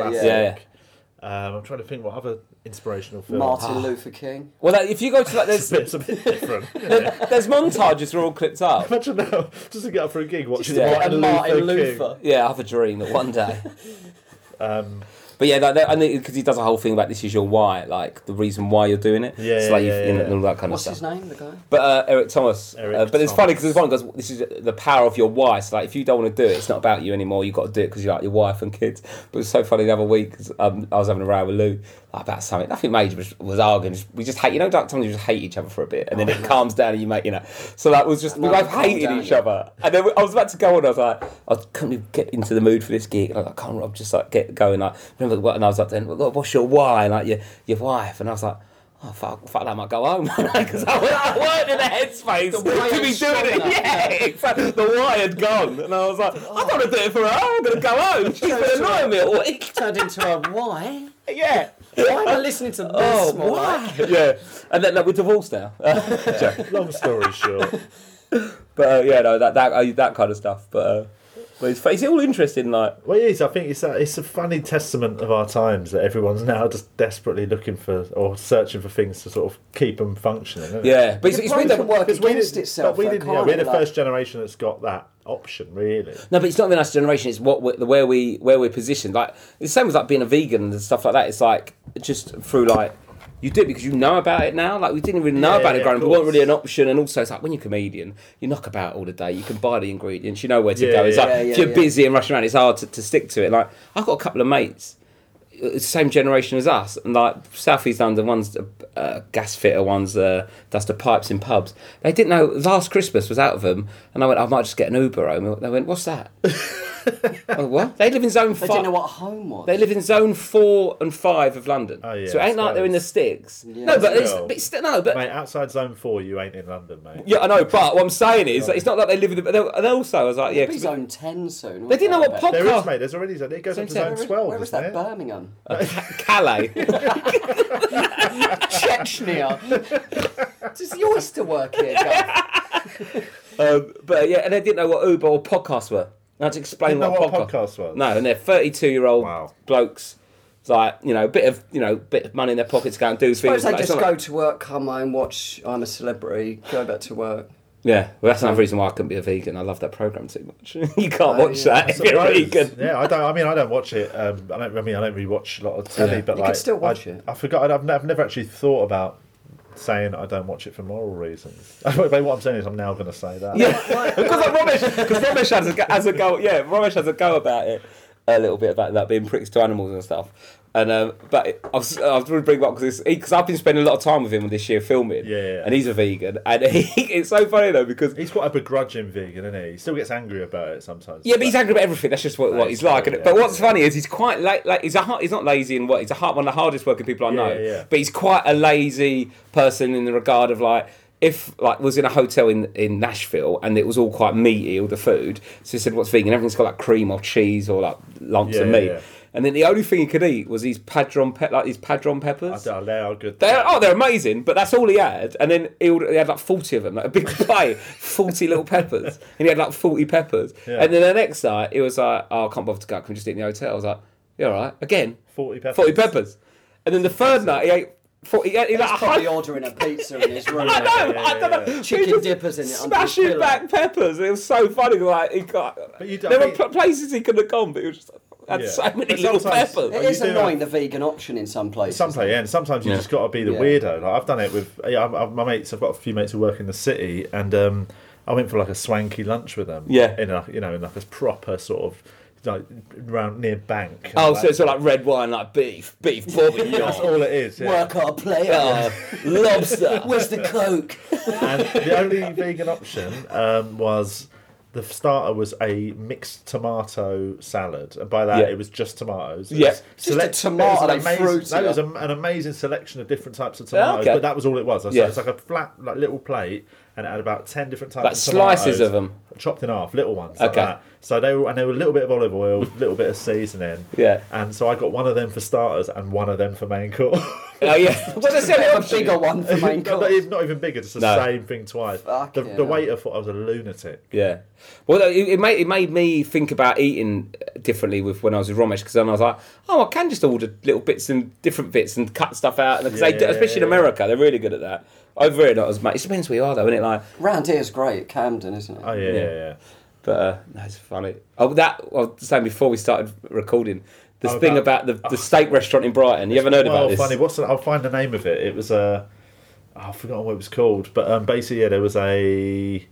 A: classic.
C: Yeah,
A: Um, I'm trying to think what other inspirational film. Ah,
D: Martin Luther
C: Ah.
D: King.
C: Well, like, if you go to like
A: It's
C: there's
A: a bit, it's a bit different.
C: there's montages are all clipped up.
A: Imagine now, just to get up for a gig, watching
C: Yeah.
A: Martin,
D: And Martin
A: Luther King.
D: Luther.
C: Yeah, I have a dream that one day.
A: Um,
C: but yeah, like, that- and because he does a whole thing about this is your why, like the reason why you're doing it.
A: Yeah,
C: so, like,
A: yeah,
C: you've-
A: yeah,
C: you know,
A: yeah.
C: and all that kind
D: What's
C: of
D: his
C: stuff.
D: name, the guy?
C: But uh, Eric Thomas.
A: Eric
C: uh, but it's funny
A: Thomas.
C: because there's one goes, this is the power of your why. So like, if you don't want to do it, it's not about you anymore. You've got to do it because you like your wife and kids. But it's so funny the other week 'cause, um, I was having a row with Lou like, about something. Nothing major, but just- was arguing. Just- We just hate, you know, like, sometimes you just hate each other for a bit
D: Oh,
C: and then it calms down and you make, you know. So that was just, we
D: Well,
C: both
D: calm
C: hated
D: down,
C: each
D: yeah.
C: other. And then we- I was about to go on. I was like, I couldn't even get into the mood for this gig. And I was like, I can't. I'm just like get going. Like remember what? And I was like, then "What- what's your why? Like your your wife. And I was like. Oh fuck! Fuck! that, I might go home because I, wa- I weren't in the headspace
D: why
C: to be
D: had
C: doing it.
D: gone,
C: Yeah, exactly. The wire had gone, and I was like, I don't want to do it for her. I'm gonna go home. She's been annoying me all week.
D: Turned into a why?
C: Yeah.
D: Why am I listening to this?
C: Oh,
D: more like?
C: why? Yeah. And then like, we're divorced now.
A: Long story short.
C: But uh, yeah, no, that that uh, that kind of stuff. But uh, but it's, it's all interesting. Like
A: Well, it is. I think it's a, it's a funny testament of our times that everyone's now just desperately looking for or searching for things to sort of keep them functioning. isn't it?
C: yeah, but it's,
D: Your
C: it's weird
D: brain
C: that
D: can work
A: Because we
D: against
A: didn't-
D: itself,
A: But we
D: though,
A: didn't.
D: can't
A: Yeah, we're the
D: it, like-
A: first generation that's got that option, really.
C: No, but it's not the us generation. It's what we're, the where we where we're positioned. Like it's the same as like being a vegan and stuff like that. It's like just through like you do it because you know about it now. Like we didn't even know
A: Yeah,
C: about
A: yeah,
C: it growing up.
A: of
C: It wasn't
A: course.
C: really an option. And also, it's like when you're a comedian, you knock about all the day. You can buy the ingredients. You know where to
A: Yeah,
C: go. It's
A: yeah.
C: like
D: Yeah,
C: if
D: yeah,
C: you're
D: yeah.
C: busy and rushing around, it's hard to, to stick to it. Like I've got a couple of mates, uh, same generation as us, and like Southeast London. One's a uh, gas fitter. One's uh, does the pipes in pubs. They didn't know last Christmas was out of them, and I went, I might just get an Uber home. And They went, What's that? I went, what? They live in zone
D: They
C: five.
D: didn't know what home was.
C: They live in zone four and five of London.
A: Oh, yeah,
C: so it ain't like they're in the sticks. no, but it's,
A: Still.
C: but it's still, no, but
A: Mate, outside zone four, you ain't in London, mate.
C: yeah, I know. But what I'm saying is, that it's not like they live in the. But they- and also, I was like, yeah,
D: It'll be
C: 'cause-
D: zone 10 soon.
C: they didn't know what
A: There is,
C: podcast.
A: mate. There's already zone. It goes up to
C: Zone
A: zone
C: ten.
D: Where is,
A: twelve.
D: where is
A: isn't
D: that?
A: it?
D: Birmingham.
C: Calais.
F: Chechnya. Does the oyster work here, Gav?
C: um, but yeah, and they didn't know what Uber or podcasts were. And I had to explain
A: Didn't know
C: what,
A: what a
C: podcast.
A: podcast was.
C: No, and they're 32 year old
A: Wow.
C: blokes. It's like you know, a bit of you know, bit of money in their pockets, go out and do
D: Suppose
C: things.
D: they
C: like- it's
D: just
C: not
D: go
C: like-
D: to work, come home, watch I'm a Celebrity, go back to work.
C: yeah, well, that's another reason why I couldn't be a vegan. I love that program too much. you can't
D: Oh,
C: watch
D: yeah.
C: that if you're a vegan.
A: Yeah, I don't. I mean, I don't watch it. Um, I don't. I mean, I don't really watch a lot of telly,
C: Yeah.
A: but
D: You
A: like,
D: could still watch
A: I,
D: it.
A: I forgot. I've, ne- I've never actually thought about saying I don't watch it for moral reasons. but what I'm saying is, I'm now going to say that.
C: Yeah, because like Ramesh, because Ramesh has a, go- has a go. Yeah, Ramesh has a go about it a little bit about that being pricks to animals and stuff. And um, but it, I was I was really bring it up because because I've been spending a lot of time with him this year filming.
A: Yeah, yeah.
C: and he's a vegan, and he, it's so funny though because.
A: He's quite a begrudging vegan, isn't he? He still gets angry about it sometimes.
C: yeah, but he's angry about everything. That's just what, what he's
A: That's
C: like.
A: true,
C: and- But
A: yeah.
C: what's funny is he's quite like like he's a hard, he's not lazy and what he's a hard, one of the hardest working people I know.
A: yeah, yeah.
C: But he's quite a lazy person in the regard of like if like was in a hotel in in Nashville and it was all quite meaty all the food. So he said, "What's vegan?" Everything's got like cream or cheese or like lumps
A: Yeah,
C: of
A: yeah,
C: meat.
A: yeah.
C: And then the only thing he could eat was these padron pe- like these padron
A: I
C: peppers.
A: don't know how good.
C: They're, oh, they're amazing, but that's all he had. And then he, ordered, he had like 40 of them, like a big plate, 40 little peppers. And he had like 40 peppers.
A: Yeah.
C: And then the next night, he was like, oh, I can't bother to go, can we just eat in the hotel? I was like, yeah, all right, again,
A: 40 peppers.
C: 40 peppers. And then the third night, he ate 40, he ate like a
D: Probably
C: hundred.
D: ordering a pizza in his room.
C: I know,
A: yeah,
C: I don't know.
D: Chicken
C: He was
D: dippers in it under his
C: Smashing
D: pillow.
C: back peppers. It was so funny. Like, he got,
A: But you don't-
C: there
A: I
C: were
A: mean-
C: pl- places he could have gone, but he was just had
A: Yeah.
C: so many
A: But
C: little
A: sometimes-
C: peppers.
D: It
A: You
D: is
A: do
D: annoying,
A: have-
D: the vegan option in some places.
A: Sometimes, yeah, and sometimes you
C: Yeah.
A: just got to be the
D: Yeah.
A: weirdo. Like, I've done it with yeah, I've, I've, my mates. I've got a few mates who work in the city, and um, I went for like a swanky lunch with them.
C: Yeah.
A: in a you know in like a proper sort of like round near bank. and
C: Oh,
A: like-
C: so it's all like red wine, like beef, beef, bobbing.
A: that's all it is. Yeah.
D: Work hard, play hard.
C: Oh, lobster.
D: Where's the coke?
A: and the only vegan option um, was the starter was a mixed tomato salad, and by that
C: Yeah.
A: it was just tomatoes. It
C: Yeah.
A: was
D: a tomato
A: it was an
D: fruit,
A: amazing- no, it
D: yeah.
A: was a- an amazing selection of different types of tomatoes,
C: okay.
A: but that was all it was. So
C: Yeah.
A: It was like a flat, like little plate, and it had about ten different types
C: Like
A: of
C: slices
A: tomatoes,
C: of 'em?
A: chopped in half, little ones. Like
C: Okay.
A: that. So they were, and they were a little bit of olive oil, a little bit of seasoning.
C: Yeah.
A: And so I got one of them for starters and one of them for main course.
C: Oh yeah. Well, that's the only
D: A
C: option.
D: bigger one for main
A: No, no,
D: course.
A: it's not even bigger, just the
C: No.
A: same thing twice. The,
D: Fucking
A: the
D: hell.
A: waiter thought I was a lunatic.
C: Yeah. Well, it, it made it made me think about eating differently with when I was with Romesh because then I was like, oh, I can just order little bits and different bits and cut stuff out, and 'cause they
A: Yeah,
C: do,
A: yeah,
C: especially in
A: yeah.
C: America, they're really good at that. Over here, not as much. It depends where you are, though, isn't it? Like,
D: Round here's great, Camden, isn't it?
A: Oh yeah, yeah,
C: Yeah.
A: yeah. yeah.
C: but uh, that's funny. Oh, that I was saying before we started recording this
A: Oh,
C: thing
A: about-
C: about the, the steak restaurant in Brighton. You haven't heard
A: Well,
C: about this?
A: funny. What's the, I'll find the name of it. It was a. Oh, I've forgotten what it was called, but um, basically, yeah, there was a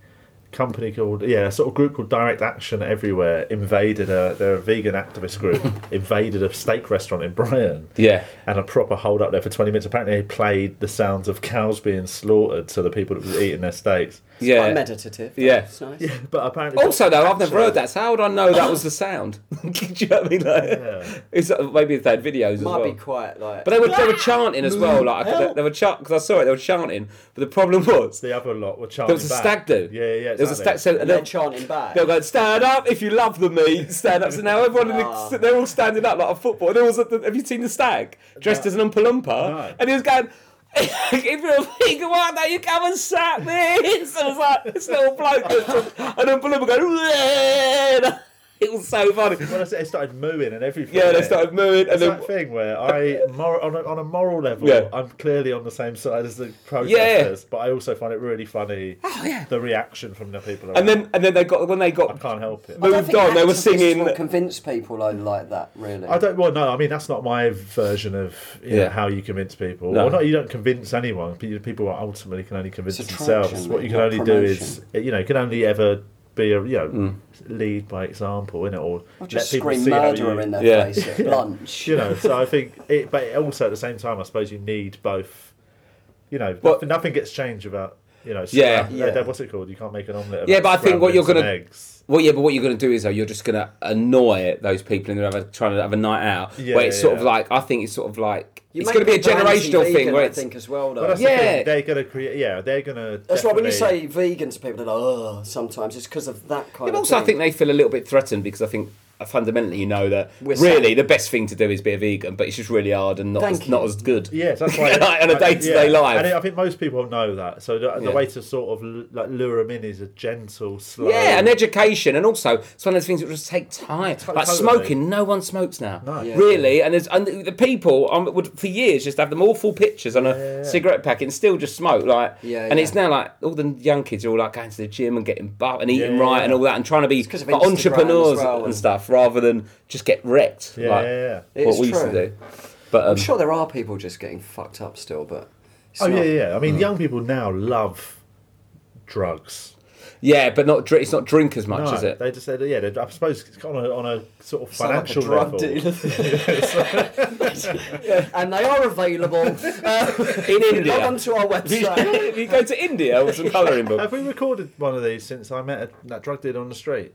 A: company called yeah, a sort of group called Direct Action Everywhere invaded a. They're a vegan activist group invaded a steak restaurant in Brighton.
C: Yeah.
A: and a proper hold up there for twenty minutes. Apparently, they played the sounds of cows being slaughtered to the people that was eating their steaks.
C: Yeah.
D: Quite meditative.
C: Yeah.
D: That's nice.
A: But apparently,
C: Also, though, I've never heard that. So how would I know that was the sound? Do you know what I mean? Like, it's, uh, maybe if they had videos as
D: Might
C: well.
D: be quite like.
C: but they were, they were chanting as well. Like I could, they were chanting because I saw it. They were chanting, but the problem was
A: The other lot were
C: there
A: chanting.
C: was a
A: back.
C: stag do.
A: Yeah, yeah. yeah
C: There was a
A: exactly.
C: stag. So
D: and they're
C: they'll,
D: chanting back.
C: they'll go stand up if you love the meat. Stand up. So now everyone in
D: Ah.
C: the, they're all standing up like a football. And there was a, have you seen the stag dressed as an umpa lumpa?
A: No.
C: And he was going. if you're a vegan, why don't you come and sack this? And I was like, this little bloke that's an umpa lumpa going. "Bleh." it was so funny.
A: When I said they started mooing and everything.
C: Yeah, they started mooing, and
A: It's
C: then
A: that thing where I, mor- on, a, on a moral level,
C: Yeah.
A: I'm clearly on the same side as the protesters, but I also find it really funny the reaction from the people. Around.
C: Oh, and then and then they got when they
A: I
C: got
A: can't help it.
C: moved on, they were singing.
D: Will convince people like, like that, really.
A: I don't. Well, no. I mean, that's not my version of you know,
C: Yeah.
A: how you convince people.
C: No.
A: Well, not you don't convince anyone. but you- People are ultimately can only convince
D: It's
A: themselves.
D: attraction,
A: what you can
D: not
A: only do is, eh, you know, you can only ever be a you know
C: Mm.
A: lead by example, in it, or
D: Just
A: let people
D: scream
A: see how
D: murderer
A: you,
D: in their
C: Yeah.
D: face at lunch.
A: you know. So I think, it, but also at the same time, I suppose you need both. You know,
C: Well-
A: nothing, nothing gets changed about you know.
C: Yeah.
A: scram-
D: Yeah.
A: What's it called? You can't make an omelette.
C: Yeah,
A: about
C: but I think what you're
A: scramblings and
C: gonna-
A: eggs.
C: Well, yeah, but what you're going to do is though you're just going to annoy those people and they're have a- trying to have a night out.
A: Yeah,
C: where it's sort of
A: yeah.
C: like I think it's sort of like
D: You
C: it's
D: make
C: going to be a
D: people anti-vegan,
C: generational thing where
D: I
C: it's
D: think as well, though.
A: But that's
C: Yeah.
A: the thing, they're gonna create. Yeah, they're gonna.
D: That's why when you
A: definitely-
D: say vegan to people, they're like, oh, sometimes it's because of that kind
C: But
D: of
C: also, I think
D: thing.
C: they feel a little bit threatened because I think uh, fundamentally you know that
D: We're
C: really
D: saying-
C: the best thing to do is be a vegan, but it's just really hard and not
D: Thank
C: as,
D: you.
C: not as good.
A: Yeah, that's why.
C: Like, on a day-to-day
A: yeah.
C: life.
A: And I think most people know that. So the, the
C: Yeah.
A: way to sort of l- like lure them in is a gentle, slow.
C: Yeah, and education, and also it's one of those things that just take time. like
A: totally.
C: smoking, no one smokes now,
A: No. Yeah.
C: really. And there's and the the people um, would for years just have them awful pictures on a cigarette packet and still just smoke. Like,
D: Yeah,
C: and
D: yeah.
C: it's now like all the young kids are all like going to the gym and getting buff and eating
A: Yeah,
C: right
A: yeah.
C: and all that and trying to be
D: 'cause of
C: like,
D: Instagram as
C: entrepreneurs
D: well,
C: and,
D: and-
C: stuff rather than just get wrecked.
A: Yeah,
C: like,
A: yeah,
D: It
C: what
D: is
C: we used
D: true.
C: to do. But um,
D: I'm sure there are people just getting fucked up still, but. it's
A: Oh
D: not-
A: yeah, yeah. I mean,
C: Mm.
A: young people now love drugs.
C: yeah, but not dri- it's not drink as much,
A: No,
C: is it?
A: They just said, yeah. They, I suppose it's on a, on a sort of
D: Sound like a
A: financial
D: drug
A: level.
D: dealer. and they are available. Uh,
C: In
D: log
C: India,
D: on to our website.
C: you go to India with some colouring books.
A: Have we recorded one of these since I met a, that drug dealer on the street?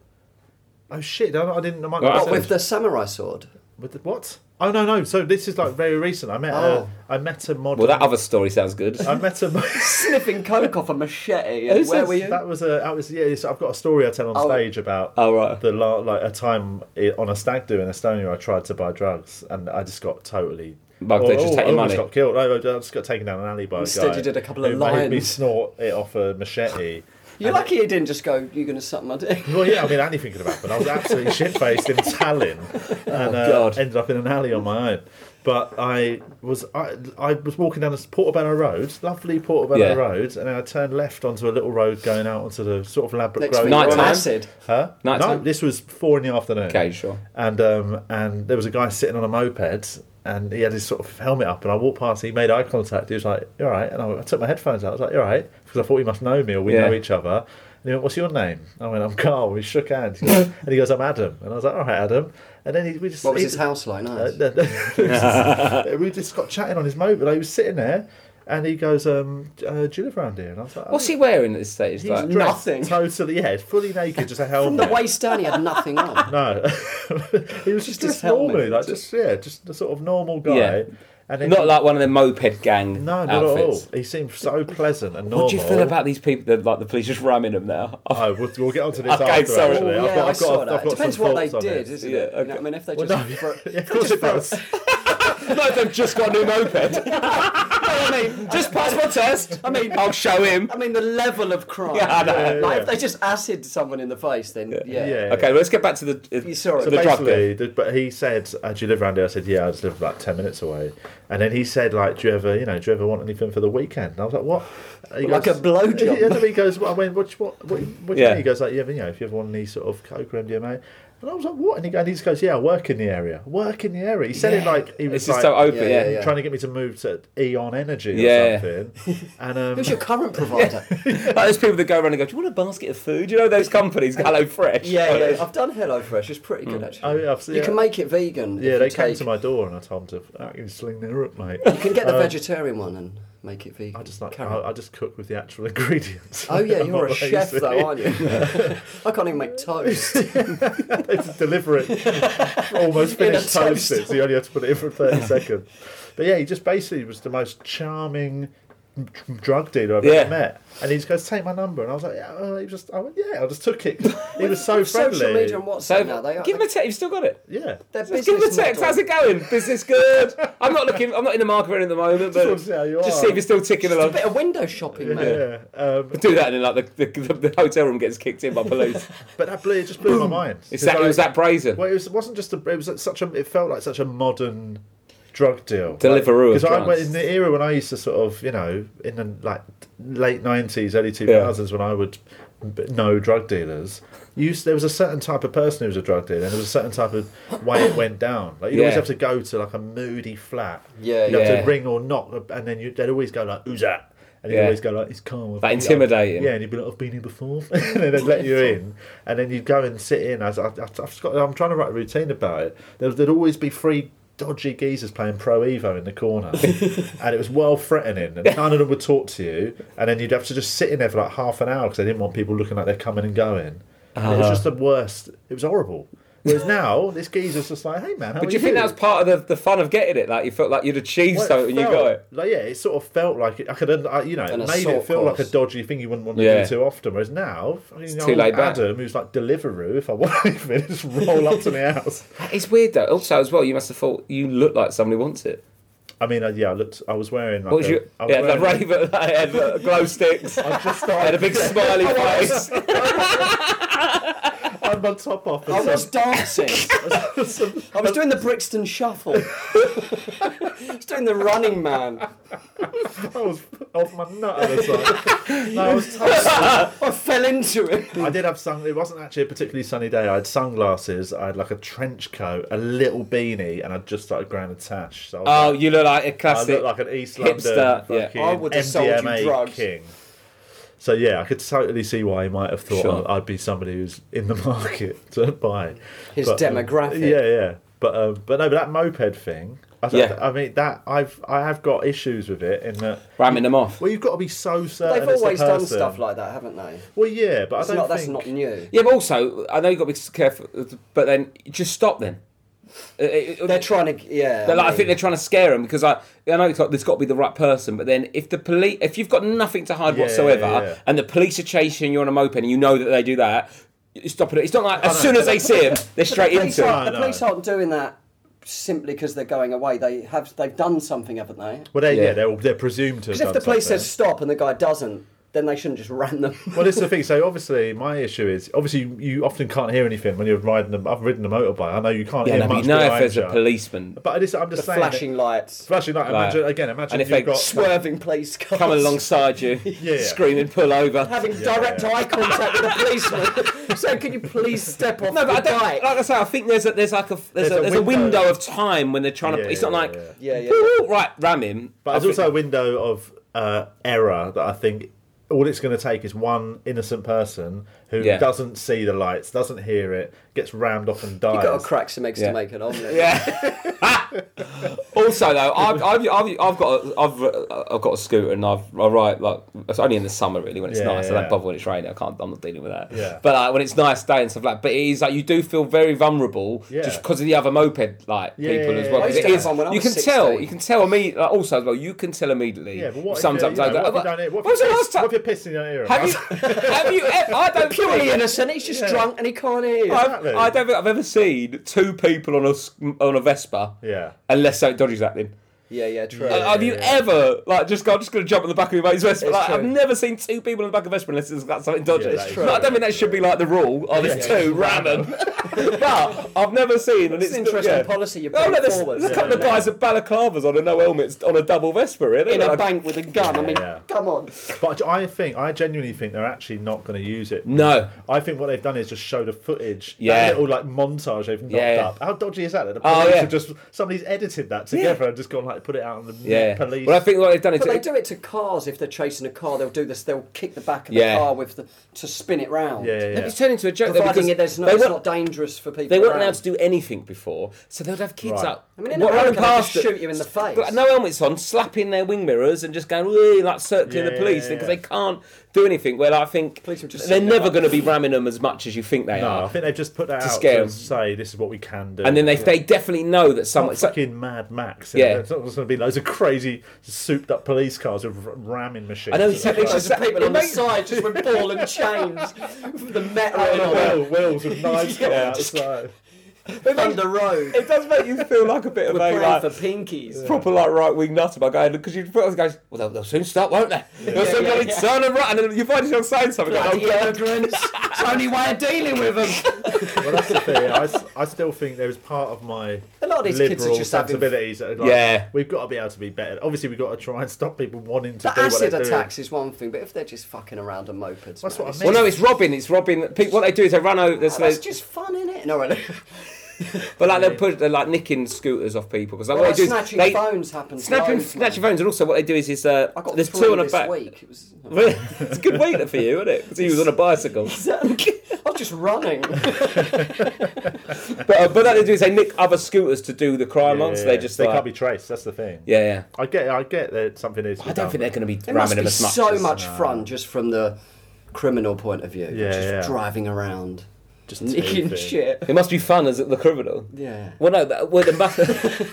A: Oh shit! I, I didn't. I might not
C: Right.
A: have
D: What,
A: said-
D: with the samurai sword?
A: with the, what? Oh no, no. So this is like very recent. I met
D: Oh.
A: a I met a modern.
C: Well, that other story sounds good.
A: I met a.
D: Sniffing coke off a machete. and
C: Who
D: Where
C: says
D: were you?
A: That was a. That was yeah. So I've got a story I tell on
D: Oh.
A: stage about.
C: Oh, right.
A: The la- like a time i- on a stag do in Estonia, I tried to buy drugs and I just got totally. Oh,
C: Bugged, they just take
A: I
C: your
A: almost
C: money.
A: got killed. No, I just got taken down an alley by a
D: Instead
A: guy.
D: you did a couple of
A: who Made me
D: lines.
A: snort it off a machete.
D: You're lucky you didn't just go, you're going to suck my dick.
A: Well, yeah, I mean, anything could have happened. I was absolutely shit faced in Tallinn and uh,
C: Oh, God.
A: ended up in an alley on my own. But I was I, I was walking down this Portobello Road, lovely Portobello
C: Yeah.
A: Road, and I turned left once onto a little road going out onto the sort of elaborate
D: Next
A: road.
D: thing you're on
C: Nighttime.
D: acid.
A: Huh?
C: Nighttime?
A: No, this was four in the afternoon.
C: Okay, sure.
A: And um, and there was a guy sitting on a moped, and he had his sort of helmet up, and I walked past. He made eye contact. He was like, "You all right?" And I, went- I took my headphones out. I was like, "You all right?" Because I thought he must know me or we
C: Yeah.
A: know each other. And he went, "What's your name?" I went, "I'm Carl." We shook hands, He goes- and he goes, "I'm Adam." And I was like, "All right, Adam." And then he, we just
D: What was
A: he
D: his
A: just-
D: house like?
A: uh,
D: Nice.
A: no, no. we just got chatting on his moped. Like, he was sitting there, and he goes, um, uh, "Do you live around here?" And I was like, "Oh,
C: What's he wearing at this stage?
A: He's
C: Like,
A: dressed
D: Nothing.
A: Totally, yeah, fully naked, just a
D: From
A: helmet.
D: the waist down, he had nothing on.
A: No, he was just,
D: his
A: just normally
D: helmet.
A: like just yeah, just the sort of normal guy.
C: Yeah.
A: And then
C: not like one of the moped gang
A: no, not
C: outfits.
A: at all. He seemed so pleasant and normal.
C: What do you feel about these people that like the police just ramming them now?
A: Oh, we'll, we'll get onto this
C: Okay,
A: after.
C: sorry.
A: Actually,
D: Oh,
A: I've
D: yeah,
A: got,
D: I
A: I've got,
D: saw
A: I've
D: that.
A: got
D: it depends
A: some
D: what they
A: thoughts on
D: did,
A: it.
D: isn't
C: Yeah,
D: it? You know what I mean, if they just.
A: no, yeah, yeah, of course it does.
C: no, they've just got a new moped.
D: I mean,
C: just pass my test. I mean, I'll show him.
D: I mean, the level of crime.
C: Yeah, I know.
A: Yeah, yeah,
D: like,
A: yeah.
D: if they just acid someone in the face, then yeah.
A: Yeah.
C: Okay, well, let's get back to the uh,
D: You saw
C: to
D: it.
A: So
C: the drug deal.
A: basically, the, but he said, uh, "Do you live around here?" I said, "Yeah, I just live about ten minutes away." And then he said, "Like, do you ever, you know, do you ever want anything for the weekend?" And I was like, "What?" And he
D: Like a blowjob.
A: Yeah, he goes, well, "I went, what, you- what, what, what do you
C: Yeah.
A: mean?" He goes, "Like, yeah, but, you know, if you ever want any sort of coke or MDMA." And I was like, "What?" And he, go- and he just goes, "Yeah, I work in the area. Work in the area." He said it like he
C: It's
A: was
C: just
A: like,
C: so open, yeah.
D: Yeah, yeah, yeah.
A: trying to get me to move to Eon Energy or
C: Yeah.
A: something. And um,
D: Who's your current provider?
C: Like those people that go around and go, "Do you want a basket of food?" You know those companies, Hello Fresh.
D: yeah, yeah. I've done HelloFresh. It's pretty good, actually.
A: Oh, yeah, I've seen
D: You
A: it.
D: can make it vegan. if
A: yeah,
D: you
A: they came
D: take-
A: to my door and I told them to fucking sling their up, mate.
D: You can get the vegetarian one and make it vegan.
A: I just like
D: Carrot.
A: I, I just cook with the actual ingredients.
D: Oh yeah,
A: I'm
D: you're a
A: not
D: chef
A: lazy.
D: though, aren't you? I can't even make toast.
A: they just deliver it almost
D: In a
A: finished toasted, so you only have to put it in for 30 seconds. But yeah, he just basically was the most charming, dr- drug dealer I've
C: Yeah.
A: ever met. And he just goes, "Take my number," and I was like, "Yeah." uh, He just, I went, "Yeah." I just took it. He was so friendly.
D: Social media and WhatsApp
C: So
D: now. They are.
C: give him a text. You've still got it.
A: yeah.
D: their
C: Just give him a
D: business
C: text.
D: model-
C: How's it going? Business good. I'm not looking. I'm not in the market for anything at the moment, but
A: wanna see how you
C: just
A: are.
C: see if you're still ticking
D: It's a
C: along.
D: bit of window shopping, mate.
A: Yeah. Um,
C: Do that, and then like the, the, the hotel room gets kicked in by police.
A: but that blew, it just blew my mind.
C: It's that, it was that brazen.
A: Well, it was, wasn't just a. It was such a. It felt like such a modern drug deal.
C: Deliveroo of
A: Because I
C: drugs.
A: went in the era when I used to sort of, you know, in the like late nineties, early two thousands, when I would b- know drug dealers. You used, there was a certain type of person who was a drug dealer, and there was a certain type of way it went down. Like you
C: Yeah.
A: always have to go to like a moody flat.
D: Yeah,
A: you
C: yeah.
A: have to ring or knock, and then you, they'd always go like, "Who's that?" And you
C: Yeah.
A: would always go like, "It's Carl." I've
C: That
A: been-
C: intimidating.
A: Yeah, and you'd be like, "I've been here before," and then they'd let you in, and then you'd go and sit in. As I, I, I've just got, I'm trying to write a routine about it. There, there'd always be three dodgy geezers playing Pro Evo in the corner, and it was well threatening. And none of them would talk to you, and then you'd have to just sit in there for like half an hour because they didn't want people looking like they're coming and going. And
C: Uh-huh.
A: It was just the worst. It was horrible. Whereas now, this geezer's just like, "Hey man, how
C: But
A: are
C: do you think that was part of the, the fun of getting it? Like you felt like you'd achieved
A: well,
C: something and you got
A: felt-
C: it.
A: Like, yeah, it sort of felt like it, I could, un- I, you know, it
D: An
A: made
D: assault
A: it feel like
D: course.
A: a dodgy thing you wouldn't want to
C: Yeah.
A: do too often. Whereas now, you know,
C: too laid back.
A: Adam, who's like Deliveroo, if I want anything, just roll up to my house.
C: It's weird though. Also, as well, you must have thought you look like somebody wants it.
A: I mean, I, yeah, I looked, I was wearing. Like
C: What was
A: a,
C: you?
A: I was
C: Yeah, the
A: wearing-
C: raven. I had the glow sticks. I
A: Just
C: had a
A: started,
C: big smiley face.
A: I had my top off.
D: I
A: And
D: was
A: some,
D: dancing. I was doing the Brixton Shuffle. I was doing the Running Man.
A: I was off my nut at the time. no, I was.
D: I fell into it.
A: I did have sun. It wasn't actually a particularly sunny day. I had sunglasses. I had like a trench coat, a little beanie, and I just started growing a tash. So I was
C: Oh, you look like a
A: I
C: classic.
A: look like an East
C: hipster, yeah.
A: London fucking
D: I would have sold you
A: MDMA
D: drugs.
A: king. So yeah, I could totally see why he might have thought
C: Sure.
A: I'd be somebody who's in the market to buy
D: His
A: um,
D: demographic.
A: yeah, yeah, but um, but no, but that moped thing. I, th-
C: Yeah.
A: I mean that I've I have got issues with it in that.
C: ramming them off.
A: Well, you've got to be so certain.
D: They've
A: it's the
D: always done
A: person.
D: stuff like that, haven't they?
A: Well, yeah, but
D: It's
A: I don't
D: not, that's
A: think
D: not new.
C: Yeah, but also, I know you've got to be careful, but then just stop then.
D: They're trying to, yeah.
C: They're like, I,
D: mean,
C: think they're trying to scare him because I, I know it's got, there's got to be the right person. But then if the police, if you've got nothing to hide
A: Yeah,
C: whatsoever,
A: yeah.
C: and the police are chasing you on a moped, and you know that they do that, you stop it. It's not like as soon as they see him, they're straight
D: the police,
C: into
A: are-
C: it.
D: aren't,
A: No,
D: the
A: no.
D: police aren't doing that simply because they're going away. They have, they've done something, haven't they?
A: Well, they, yeah.
C: Yeah.
A: they're they're presumed to. have
D: Because if
A: done
D: the police
A: something.
D: says stop and the guy doesn't, then they shouldn't just ram them.
A: well, this is the thing. So obviously, my issue is obviously you, you often can't hear anything when you're riding. The, I've ridden a motorbike. I know you can't
C: Yeah,
A: hear
C: no, but
A: much.
C: you know if
A: behind
C: there's a
A: you.
C: policeman,
A: But I just, I'm just saying. that-
D: Flashing lights,
A: Flashing light.
C: Like-
A: Imagine again. Imagine
C: and if
A: you've
C: they
A: got
D: swerving police cars.
C: coming alongside you,
A: Yeah.
C: screaming, pull over.
D: Having direct
A: yeah.
D: eye contact with the policeman. so can you please step off
C: No,
D: the
C: but I don't,
D: bike?
C: like I say, I think there's a there's like a there's, a, there's a window of time when they're trying to.
A: Yeah,
C: It's not
A: yeah,
C: like
D: yeah. Yeah, yeah.
C: "Woo, woo," right ram him.
A: But
C: I
A: there's also a
C: think-
A: window of uh, error that I think all it's going to take is one innocent person who
C: Yeah.
A: doesn't see the lights, doesn't hear it, gets rammed off and dies.
D: You've got to crack some eggs
C: Yeah.
D: to make an omelette.
C: yeah. also though, I've, I've, I've, I've got a, I've, uh, I've got a scooter and I've I ride like it's only in the summer really when it's
A: Yeah,
C: nice. I
A: yeah.
C: don't bother when it's raining. I can't. I'm not dealing with that.
A: Yeah.
C: But like, when it's nice day and stuff like, but it is like you do feel very vulnerable
A: Yeah.
C: just because of the other moped like
A: Yeah,
C: people
A: yeah,
C: as
A: yeah.
C: well.
A: I
C: 'Cause
D: used
C: it
D: to have
C: is-
D: one when I
C: you
D: was
C: can tell.
D: 16.
C: You can tell immediately. Like, also as well, you can tell immediately.
A: Yeah, but what if, you, you know,
C: sometimes I go,
A: what if you
C: "Oh,
A: don't hear? What
C: what was the last
A: if,
C: time?
A: what if you're pissing your ear?
C: Have
A: out?
C: you? Have you? ever- I don't
D: Purely
C: think-
D: innocent, he's just drunk and he can't hear.
C: I've-
A: Exactly.
C: I don't think I've ever seen two people on a s- on a Vespa.
A: Yeah.
C: Unless something dodgy's happening.
D: Yeah, yeah, true.
C: Uh, have you ever like just go? I'm just going to jump in the back of your mate's Vespa.
D: It's
C: Like, I've
D: true.
C: never seen two people in the back of Vespa unless it's got something dodgy.
A: Yeah, that is
C: Like, I don't think that should be like the rule. Oh, there's two ramming. but I've never seen. And
D: It's
C: it's
D: an interesting
C: yeah.
D: policy you
C: Oh,
D: put
C: no, there's,
D: forward.
C: there's a couple of guys with balaclavas on and no helmets on a double Vespa, really.
D: in a
C: Like,
D: bank with a gun. I mean,
A: Yeah.
D: come on.
A: But I think I genuinely think they're actually not going to use it.
C: No.
A: I think what they've done is just show the footage.
C: Yeah.
A: That little like montage they've knocked
C: Yeah.
A: up. How dodgy is that? that the
C: Oh,
A: police
C: yeah.
A: have just somebody's edited that together and just gone like put it out on the
C: Yeah.
A: police.
C: Well, I think what they've done is
D: But they do it to cars if they're chasing a car. They'll do this. They'll kick the back of
C: Yeah.
D: the car with the, to spin it round.
A: yeah, yeah, yeah.
C: It's turned into a joke. though,
D: Providing
C: because
D: it, there's no,
C: they
D: it's
C: weren't-
D: not dangerous for people.
C: They weren't
D: around.
C: allowed to do anything before, so they'd have kids
A: Right.
C: up.
D: I mean, in
C: wa-
D: America,
C: running
D: they just
C: past it,
D: shoot you in the face.
C: But no helmets on, slapping their wing mirrors and just going, "Wee," like circling
A: Yeah,
C: the
A: yeah,
C: police
A: yeah,
C: because
A: yeah.
C: they can't do anything. Well, I think
D: Police were just
C: they're
D: sitting there
C: never
D: like-
C: going to be ramming them as much as you think they
A: No, I
C: are.
A: think they've just put that out
C: Ah. scare
A: to
C: 'em.
A: say this is what we can do.
C: And then they they definitely know that someone.
A: Not
C: So,
A: fucking Mad Max.
C: Yeah.
A: Yeah, it's not going to be loads of crazy souped up police cars with r- ramming machines.
C: I know
A: It's like,
C: exactly-
D: Those people
C: It
D: on the
C: makes-
D: side just with ball and chains, with the metal
A: oh, Will,
D: and
A: Will's with knives coming
D: Yeah.
A: outside.
D: all, Thunder Road.
C: it does make you feel like a bit of
D: We're
C: a
D: praying
C: like,
D: for pinkies.
C: proper like right wing nutter by going because you put guys. Well, they'll, they'll soon stop, won't they? They'll soon
D: yeah,
C: bloody
D: yeah.
C: turn and right, and then you find yourself saying something. Like, "Oh,
D: Bloody immigrants.
F: It's the only way of dealing with
D: um,
F: them.
A: Well, that's the thing. I, s- I still think there is part of my
D: A lot of these kids are
A: liberal
D: just having
A: sensibilities that are like,
C: Yeah.
A: we've got to be able to be better. Obviously, we've got to try and stop people wanting to
D: The
A: do what
D: acid
A: they're
D: attacks is one thing, but if they're just fucking around on mopeds,
A: That's
D: man,
A: what I
D: it's-
A: mean.
C: well, no, it's robbing. It's robbing. Pe- What they do is they run over. There's,
D: Oh, that's
C: there's-
D: just fun, isn't it? No, really.
C: but like they'll put they're like nicking scooters off people because like,
D: Well,
C: what they do is
D: snatching
C: they
D: phones happens.
C: snapping
D: loads,
C: snatching
D: man.
C: phones, and also what they do is is uh,
D: I got
C: there's
D: three
C: two on a
D: this
C: back.
D: week. It was.
C: Really? it's a good week for you, isn't it? Because he was on a bicycle.
D: I was just running.
C: But, uh, but that they do is they nick other scooters to do the crime
A: doing.
C: on, so
A: Yeah,
C: they just
A: they
C: like,
A: can't be traced. That's the thing.
C: yeah, yeah.
A: I get I get that something is.
C: I don't think they're going to be
D: It
C: ramming
D: must
C: them
D: be
C: as much.
D: so
C: as-
D: much fun just from the criminal point of view.
A: Yeah,
D: just
A: yeah.
D: driving around,
A: just
D: nicking
A: teething.
D: shit.
C: It must be fun as the criminal.
D: Yeah.
C: Well, no, that, well, the must,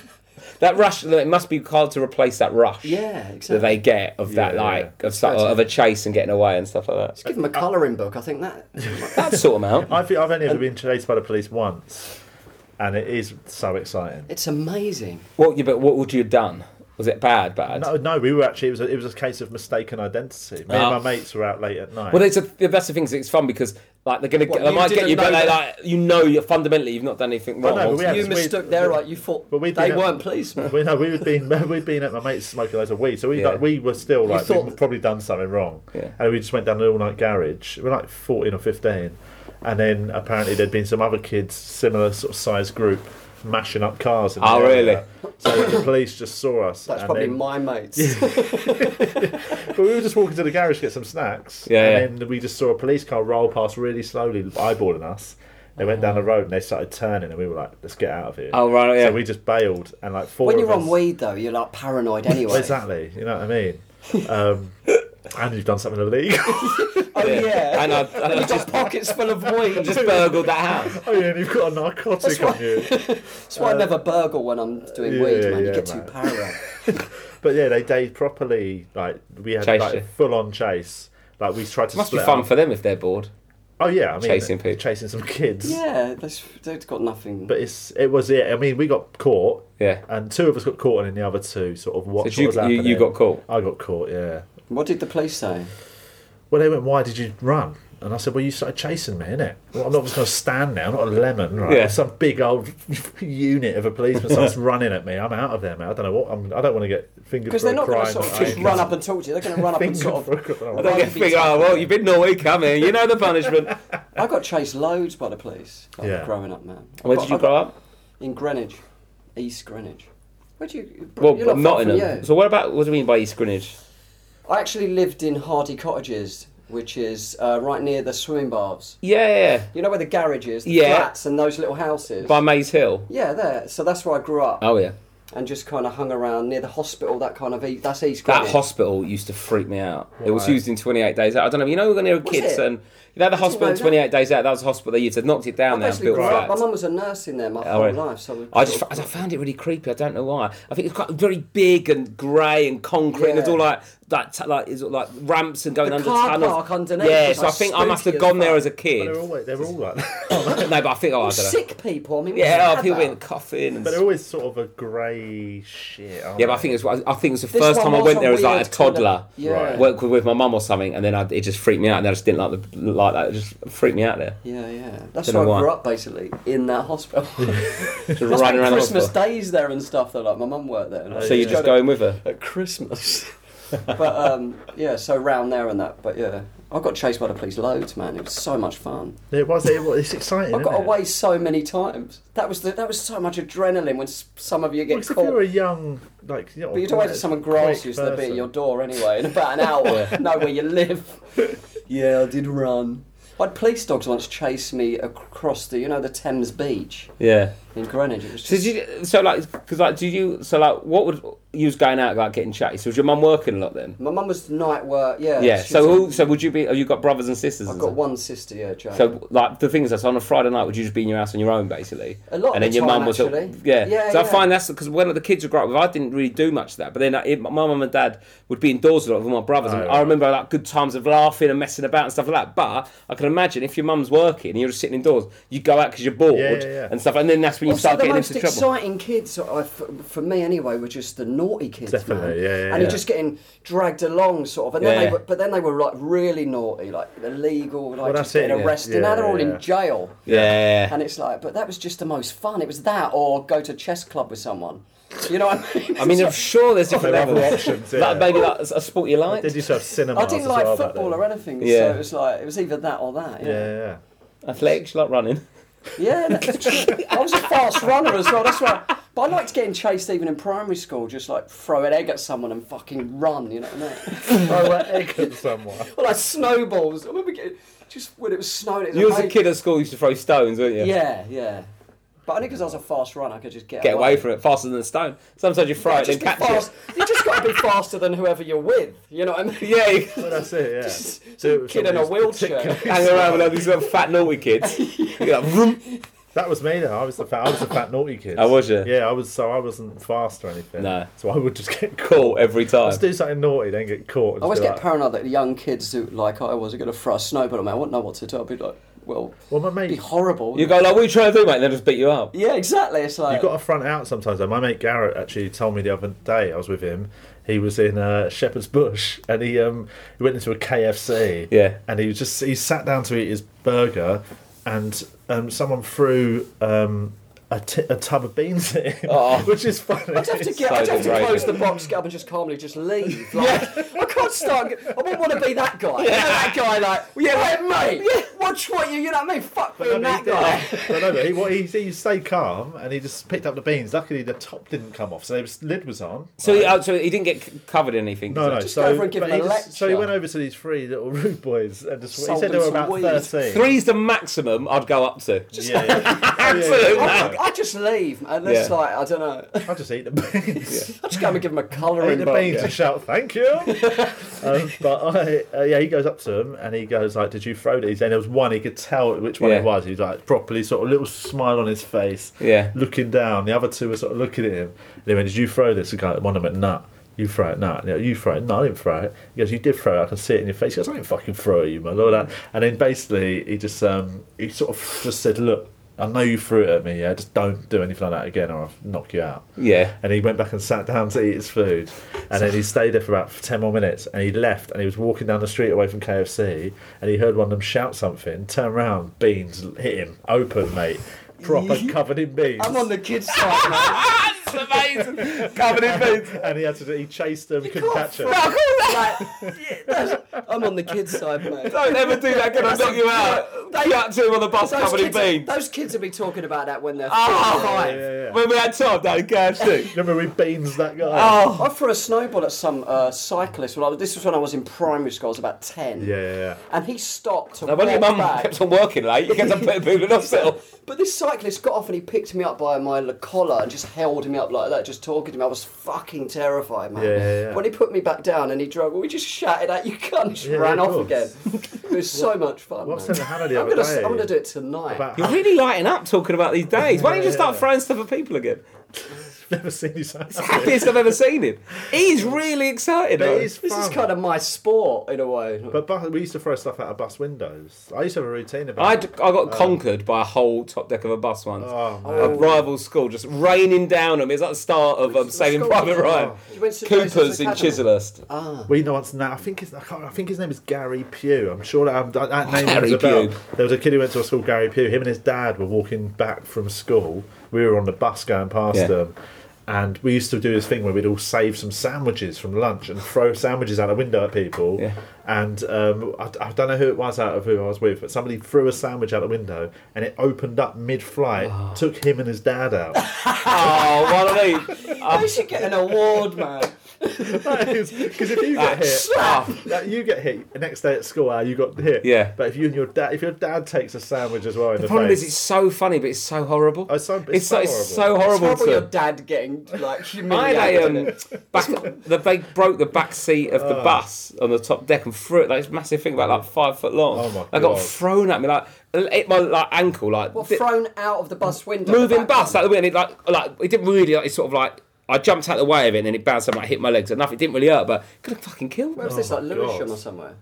C: that rush. It must be hard to replace that rush.
D: Yeah, exactly.
C: That they get of that
A: Yeah,
C: like of, so,
D: Exactly.
C: of a chase and getting away and stuff like
D: Just give them a colouring book. I think that.
C: that. That sort them out.
A: I think I've only ever been chased by the police once, and it is so exciting.
D: It's amazing.
C: What? you- But what would you have done? Was it bad? Bad.
A: No, no, we were actually it was a, it was a case of mistaken identity. Me
C: Ah.
A: and my mates were out late at night.
C: Well, it's a, that's the thing. Is it's fun because like they're gonna
D: What,
C: get, they
D: you
C: might get
D: didn't
C: you, but
D: know
C: they
D: that-
C: like you know you're fundamentally you've not done anything wrong.
A: no, but we had-
D: you
A: it's weird.
D: mistook their right. You thought
A: But we
D: they
A: didn't-
D: weren't policemen.
A: we, no, we had been we'd been at my mates smoking loads of weed, so we
C: Yeah.
A: like, we were still like
D: thought-
A: we'd probably done something wrong,
C: Yeah.
A: and we just went down to the all night garage. We were like fourteen or fifteen, and then apparently there'd been some other kids similar sort of size group mashing up cars. In the
C: Oh,
A: area. So the police just saw us.
D: That's
A: and
D: probably
A: then-
D: my mates.
A: But we were just walking to the garage to get some snacks,
C: Yeah,
A: and then we just saw a police car roll past really slowly, eyeballing us. They went down the road and they started turning, and we were like, "Let's get out of here."
C: Oh, right, yeah.
A: So we just bailed, and like four.
D: when
A: of
D: you're on
A: us-
D: weed though, you're like paranoid anyway.
A: Exactly. You know what I mean? Um, and you've done something illegal.
D: Oh yeah.
C: And I, and I
D: You've
C: just
D: got pockets full of weed.
C: just burgled that house.
A: oh yeah, and you've got a narcotic on you.
D: That's why I never burgle when I'm doing
A: Uh, yeah,
D: weed, man.
A: yeah,
D: you get
A: man.
D: too paranoid.
A: But yeah, they they properly like we had
C: Chased you.
A: like full on chase. Like we tried to
C: Must be
A: split
C: fun
A: up.
C: for them if they're bored.
A: Oh yeah, I mean
C: Chasing people.
A: chasing some kids.
D: yeah, that's, they've got nothing.
A: But it's it was yeah. I mean we got caught.
C: Yeah.
A: And two of us got caught, and then the other two sort of watched
C: So you-
A: what was
C: you- you
A: happening.
C: got caught?
A: I got caught. Yeah.
D: what did the police say?
A: Well, they went, "Why did you run?" And I said, "Well, you started chasing me, innit? Well, I'm not just going to stand now. I'm not a lemon, right?
C: Yeah.
A: Some big old unit of a policeman starts running at me. I'm out of there, man. I don't know what. I'm, I don't want to get fingered
D: Because
A: for
D: they're
A: a
D: not going
A: crime.
D: to sort of
A: that I
D: just
A: ain't
D: run
A: done.
D: up and talk to you. They're going to run up and
A: Fingered
D: sort
A: for
D: of.
A: a crime.
C: I don't get
D: Right.
C: big. Oh well, you've been all week coming. You know the punishment.
D: I got chased loads by the police like,
A: Yeah.
D: growing up, man. I
C: Where
D: got-
C: did you
D: I got-
C: grow up?
D: In Greenwich, East Greenwich. Where do you?
C: Well,
D: you're not far from-
C: Nottingham.
D: yeah.
C: So what about what do you mean by East Greenwich?
D: I actually lived in Hardy Cottages, which is uh, right near the swimming baths.
C: Yeah, yeah,
D: You know where the garage is, the
C: Yeah.
D: flats, and those little houses.
C: yeah. by Maze Hill.
D: yeah, there. So that's where I grew up,
C: Oh yeah,
D: and just kind of hung around near the hospital. That kind of e- that's East
C: that
D: Greenwich.
C: hospital used to freak me out. It was
A: Why?
C: used in 28 Days Out. I don't know. You know when you were kids
D: it?
C: and you know the hospital
D: know
C: in
D: that.
C: 28 Days Out. That was a hospital they used to knocked it
D: I
C: down now and
D: basically
C: built
D: grew up. My
C: flats.
D: mum was a nurse in there my
C: Oh,
D: whole
C: right.
D: life, so
C: I just I found it really creepy. I don't know why. I think it's quite very big and grey and concrete, and it's
D: Yeah.
C: all like that, t- like is like ramps and going
D: The
C: under
D: car
C: tunnels.
D: park underneath
C: yeah,
D: was,
C: so I
D: like,
C: think I must
D: spooky
C: have
D: as
C: gone there
D: fuck.
C: as a kid.
A: They're all they're all like.
C: no, but I think oh, I don't know.
D: sick people. I mean, what's
C: Yeah,
D: that
C: oh, people in
D: about?
C: coffin. And...
A: But they're always sort of a grey shit. aren't
C: Yeah, but I
A: they?
C: think it's I think it's the
D: This
C: first
D: one
C: time I
D: was
C: went
D: a
C: there as like a
D: weird kind of-
C: toddler.
D: Yeah.
A: Right.
C: Work with, with my mum or something, and then I, it just freaked me out, and I just didn't like the like that. It just freaked me out there.
D: Yeah, yeah. That's
C: Don't know
D: why I grew
C: why.
D: up basically in that hospital.
C: Just
D: I
C: riding
D: spent
C: around
D: Christmas
C: the hospital.
D: days there and stuff. Though, like my mum worked there. and I
C: So you're
D: used to
C: just
D: go
C: going with her.
D: to- at Christmas. but um, yeah, so round there and that. But yeah, I got chased by the police loads, man. It was so much fun.
A: it was. It was it's exciting.
D: I got
A: isn't it?
D: away so many times. That was the, that was so much adrenaline when s- some of you get
A: Because if
D: caught.
A: you're a young, like, you know,
D: but you'd always have someone grass you, so they'd be at
A: person.
D: your door anyway in about an hour, know where you live. yeah, I did run. I had police dogs once chase me across the, you know, the Thames beach.
C: Yeah.
D: in Greenwich. It was
C: So, did you, so like, because like, did you? So like, what would you was going out like getting chatty? So was your mum working a lot then?
D: my mum was the night work. Yeah.
C: Yeah.
D: she
C: So
D: was-
C: who? So would you be? Have you got brothers and sisters?
D: I've
C: and
D: got
C: stuff?
D: one sister. Yeah, Jane.
C: So like the thing is that's on a Friday night would you just be in your house on your own basically?
D: A lot of
C: and
D: the
C: then your
D: time,
C: mum was at-
D: actually.
C: yeah.
D: Yeah,
C: so I
D: yeah.
C: find that's because when the kids were growing up, I didn't really do much of that. But then uh, it, my mum and dad would be indoors a lot with my brothers. and
A: Oh,
C: I
A: right.
C: remember like good times of laughing and messing about and stuff like that. But I can imagine if your mum's working and you're just sitting indoors, you go out because you're bored
A: Yeah, yeah, yeah.
C: and stuff, and then that's when you
D: Also,
C: start
D: the
C: getting
D: most
C: into trouble.
D: exciting kids, I, for, for me anyway, were just the naughty kids. man.
A: Definitely, yeah, yeah,
D: And
A: yeah.
D: you're just getting dragged along, sort of. And then
C: Yeah.
D: they were, but then they were like really naughty, like illegal, like
A: that's
D: just getting
A: it, yeah.
D: arrested.
A: Yeah,
D: now they're all
A: yeah, yeah.
D: in jail.
C: yeah.
D: And it's like, but that was just the most fun. It was that, or go to chess club with someone. You know what I mean?
C: I mean, I'm sure there's different
A: There are
C: levels.
A: other options, yeah.
C: Like maybe like a sport you like.
A: They did have cinema.
D: I didn't like
A: well back
D: football
A: then.
D: or anything,
C: Yeah.
D: so it was like it was either that or that.
A: Yeah,
D: Yeah,
A: yeah.
C: Athletics, you like running.
D: yeah. that's true. I was a fast runner as well. That's right. But I liked getting chased even in primary school, just like throw an egg at someone and fucking run. You know what I mean?
A: Throw an egg at someone.
D: Well, like snowballs. I remember getting, just when it was snowing. It was
C: You was a
D: amazing.
C: kid at school, you used to throw stones, weren't you?
D: Yeah, yeah. But only because I was a fast runner, I could just get
C: Get away from it faster than a stone. Sometimes you throw it
D: Just
C: and
D: be
C: catch
D: fast.
C: it.
D: You just got to be faster than whoever you're with. You know what I mean?
C: Yeah, you
A: Well, that's it, yeah. Just
D: some kid in a wheelchair.
C: hang around with all these little fat naughty kids. You're like, vroom.
A: That was me though. I was the fat. I was the fat naughty kid.
C: Oh, was you?
A: Yeah, I was. So I wasn't fast or anything.
C: No.
A: So I would just get caught.
C: Cool every time.
A: Let's do something naughty, then get caught. and
D: I always
A: be
D: get
A: like-
D: paranoid that young kids who, like I was, are going to throw a snowball at me. I wouldn't know what to do. I'd be like, well,
A: Well, my
D: it'd be
A: mate,
D: horrible.
C: You go like, what are you trying to do, mate? And they'll just beat you up.
D: yeah, exactly. It's like,
A: You've got to front out sometimes. Though. My mate Garrett actually told me the other day I was with him. He was in uh, Shepherd's Bush and he um he went into a KFC.
C: Yeah.
A: And he was just he sat down to eat his burger, and um someone threw um a, t- a tub of beans at him,
C: Oh.
A: which is funny.
D: I'd have to get, I'd
C: so
D: have to
C: degrading.
D: close the box, get up, and just calmly just leave. Like, I can't start. I wouldn't want to be that guy. You know that guy, like, yeah, mate, watch what you, you know what I mean? Fuck
A: No,
D: being
A: but he
D: that
A: did.
D: guy.
A: But no, but he, what he, he stayed calm and he just picked up the beans. Luckily, the top didn't come off, so his lid was on. Oh,
C: So, he, oh, so he didn't get c- covered in anything.
A: No, no.
D: Just
A: so,
D: go over and give
A: but
D: him
A: he
D: a
A: just- so he
D: lecture.
A: went over to these three little rude boys and just
D: Sold
A: he said
D: them
A: they were
D: some
A: about
D: weed.
A: thirteen.
C: Three's the maximum I'd go up to.
A: Yeah, yeah.
C: Absolute
D: I,
C: max.
D: I just leave unless
C: Yeah.
D: like I don't know. I
A: I'll just eat the beans.
D: just go and give him a
A: Eat
D: colouring
A: the
D: book.
A: beans and shout thank you. um, but I, uh, yeah, he goes up to him and he goes like, "Did you throw these?" And there was one he could tell which one
C: Yeah.
A: it was. He was like properly sort of little smile on his face,
C: Yeah.
A: looking down. The other two were sort of looking at him. And they went, "Did you throw this?" The guy, one of them went, "Nah." You throw it, nah. You, know, you throw it, no, I didn't throw it. He goes, you did throw it. I can see it in your face. He goes, I didn't fucking throw it, you my lord. And then basically, he just um, he sort of just said, look, I know you threw it at me. Yeah, just don't do anything like that again, or I'll knock you out
C: Yeah.
A: and he went back and sat down to eat his food and then he stayed there for about 10 more minutes and he left and he was walking down the street away from KFC and he heard one of them shout something turn round beans hit him open mate proper covered in beans
D: I'm on the kids' side, man.
C: That's ah, amazing. covered in beans.
A: and he had to he chased them couldn't catch him
D: I'm on the kids' side, mate.
C: Don't ever do that, gonna knock you out. They up to him on the bus
D: Those
C: covered in
D: kids,
C: beans.
D: those kids will be talking about that when they're
C: Oh,
D: five.
A: yeah, yeah.
C: When we had Tom down in KFC.
A: remember we beans that guy
D: I threw a snowball at some uh, cyclist. Well, I was, this was when I was in primary school. I was about ten.
A: yeah yeah yeah
D: And he stopped to
C: I
D: walk
C: wonder your mum
D: back.
C: kept on working late. You kept on putting people in hospital.
D: But this cyclist got off and he picked me up by my l- collar and just held me up like that, just talking to me. I was fucking terrified, man.
A: Yeah, yeah, yeah.
D: When he put me back down and he drove, we just shouted at you cunt and just
A: Yeah,
D: ran
A: of course.
D: off again. It was so much fun.
A: what's
D: man.
A: in the hammer the
D: I'm
A: other
D: gonna, s-
A: day
D: I'm gonna do it tonight.
A: about
C: You're really lighting up talking about these days. Why don't you just start
A: Yeah.
C: throwing stuff at people again?
A: I've never seen you so happy
C: Happiest I've ever seen him. He's really excited.
A: but
C: man.
A: it is fun
D: this is kind of my sport in a way.
A: but bu- we used to throw stuff out of bus windows I used to have a routine about
C: I, d- I got conquered by a whole top deck of a bus once.
A: Um, Oh, man.
C: a rival school just raining down on me. It's like the start of um, Saving
D: school?
C: Private Ryan.
A: Oh.
D: You went to
C: Cooper's
D: Joseph's
C: in
D: Academy?
C: Chiselhurst.
A: We know what's now. I think his, I, can't, I think his name is Gary Pugh. I'm sure that, um, that, that name
C: Gary
A: rings a bell.
C: Pugh.
A: There was a kid who went to a school, Gary Pugh. Him and his dad were walking back from school. We were on the bus going past
C: Yeah.
A: them, and we used to do this thing where we'd all save some sandwiches from lunch and throw sandwiches out the window at people.
C: Yeah.
A: And um, I, I don't know who it was out of who I was with, but somebody threw a sandwich out the window, and it opened up mid-flight, took him and his dad out.
C: Oh, what a
A: Um,
D: They should get an award, man.
A: Because if you get hit, that you get hit. The next day at school, ah, you got hit.
C: Yeah.
A: But if you and your dad, if your dad takes a sandwich as well in the,
C: The problem
A: face,
C: is, it's so funny, but it's so horrible.
A: Oh, it's so- it's so
C: so, so
A: horrible.
C: horrible.
D: Probably your
C: to-
D: dad getting like
C: I had
D: humiliated.
C: a um, back. the, they broke the back seat of the
A: Ah.
C: bus on the top deck and threw it. Like this massive thing about like five foot long.
A: Oh, my
C: I got
A: God.
C: thrown at me like it hit my like ankle like
D: Well,
C: thi-
D: thrown out of the bus window.
C: moving
D: That-
C: bus like the wind. It like like it didn't really like it sort of like. I jumped out the way of it and then it bounced and like hit my legs enough. It didn't really hurt, but could have fucking killed me.
D: Where was this? Like
A: Oh my
D: Lewisham
A: God.
D: or somewhere.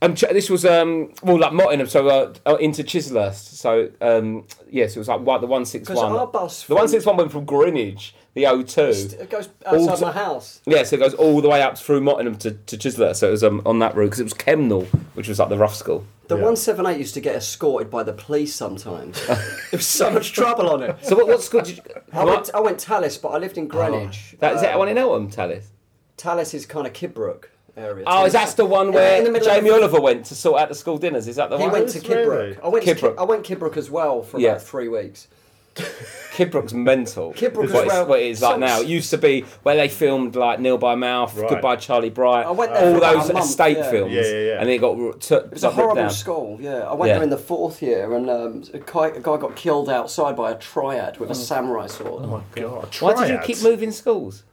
C: Um, Ch- this was um, well like Mottingham, so uh, uh, into Chislehurst. So um, yes, it was like one, the one six
D: Because
C: one.
D: our bus
C: The
D: from-
C: one six one went from Greenwich, the O two.
D: It goes
C: All
D: outside
C: to-
D: my house.
C: Yeah, so it goes all the way up through Mottingham to, to Chislehurst. So it was um, on that route because it was Kemnal, which was like the rough school.
D: The
A: Yeah.
D: 178 used to get escorted by the police sometimes. there was so much trouble on it.
C: So what, what school did you?
D: I went, I went Tallis, but I lived in Greenwich.
C: that, is that
D: Uh,
C: one in Eltham, Tallis?
D: Tallis is kind of Kidbrook area.
C: Oh, is that the one
D: in
C: where
D: the middle of
C: Jamie
D: the-
C: Oliver went to sort out the school dinners? Is that the
D: He
C: one?
D: went to
A: Is really?
D: Kidbrook. I went To,
C: Kidbrook.
D: Kid- I went Kidbrook as well for
C: Yeah.
D: about three weeks.
C: Kidbrook's mental.
D: Kidbrook
C: what
D: as well.
C: It's, what it is like
D: Some-
C: now. It used to be where they filmed like Nil by Mouth,
A: Right.
C: Goodbye Charlie Bright,
D: I went there
C: all
D: for about
C: those
D: a month,
C: estate
D: yeah.
C: films,
A: Yeah, yeah, yeah.
C: and it got r- took
D: It was a
C: ripped
D: horrible
C: down.
D: school, yeah. I went
C: Yeah.
D: there in the fourth year and um, a, guy, a guy got killed outside by a triad
C: Mm.
D: with a samurai sword.
A: oh my god,
C: Why did you
A: triads?
C: keep moving Um, schools?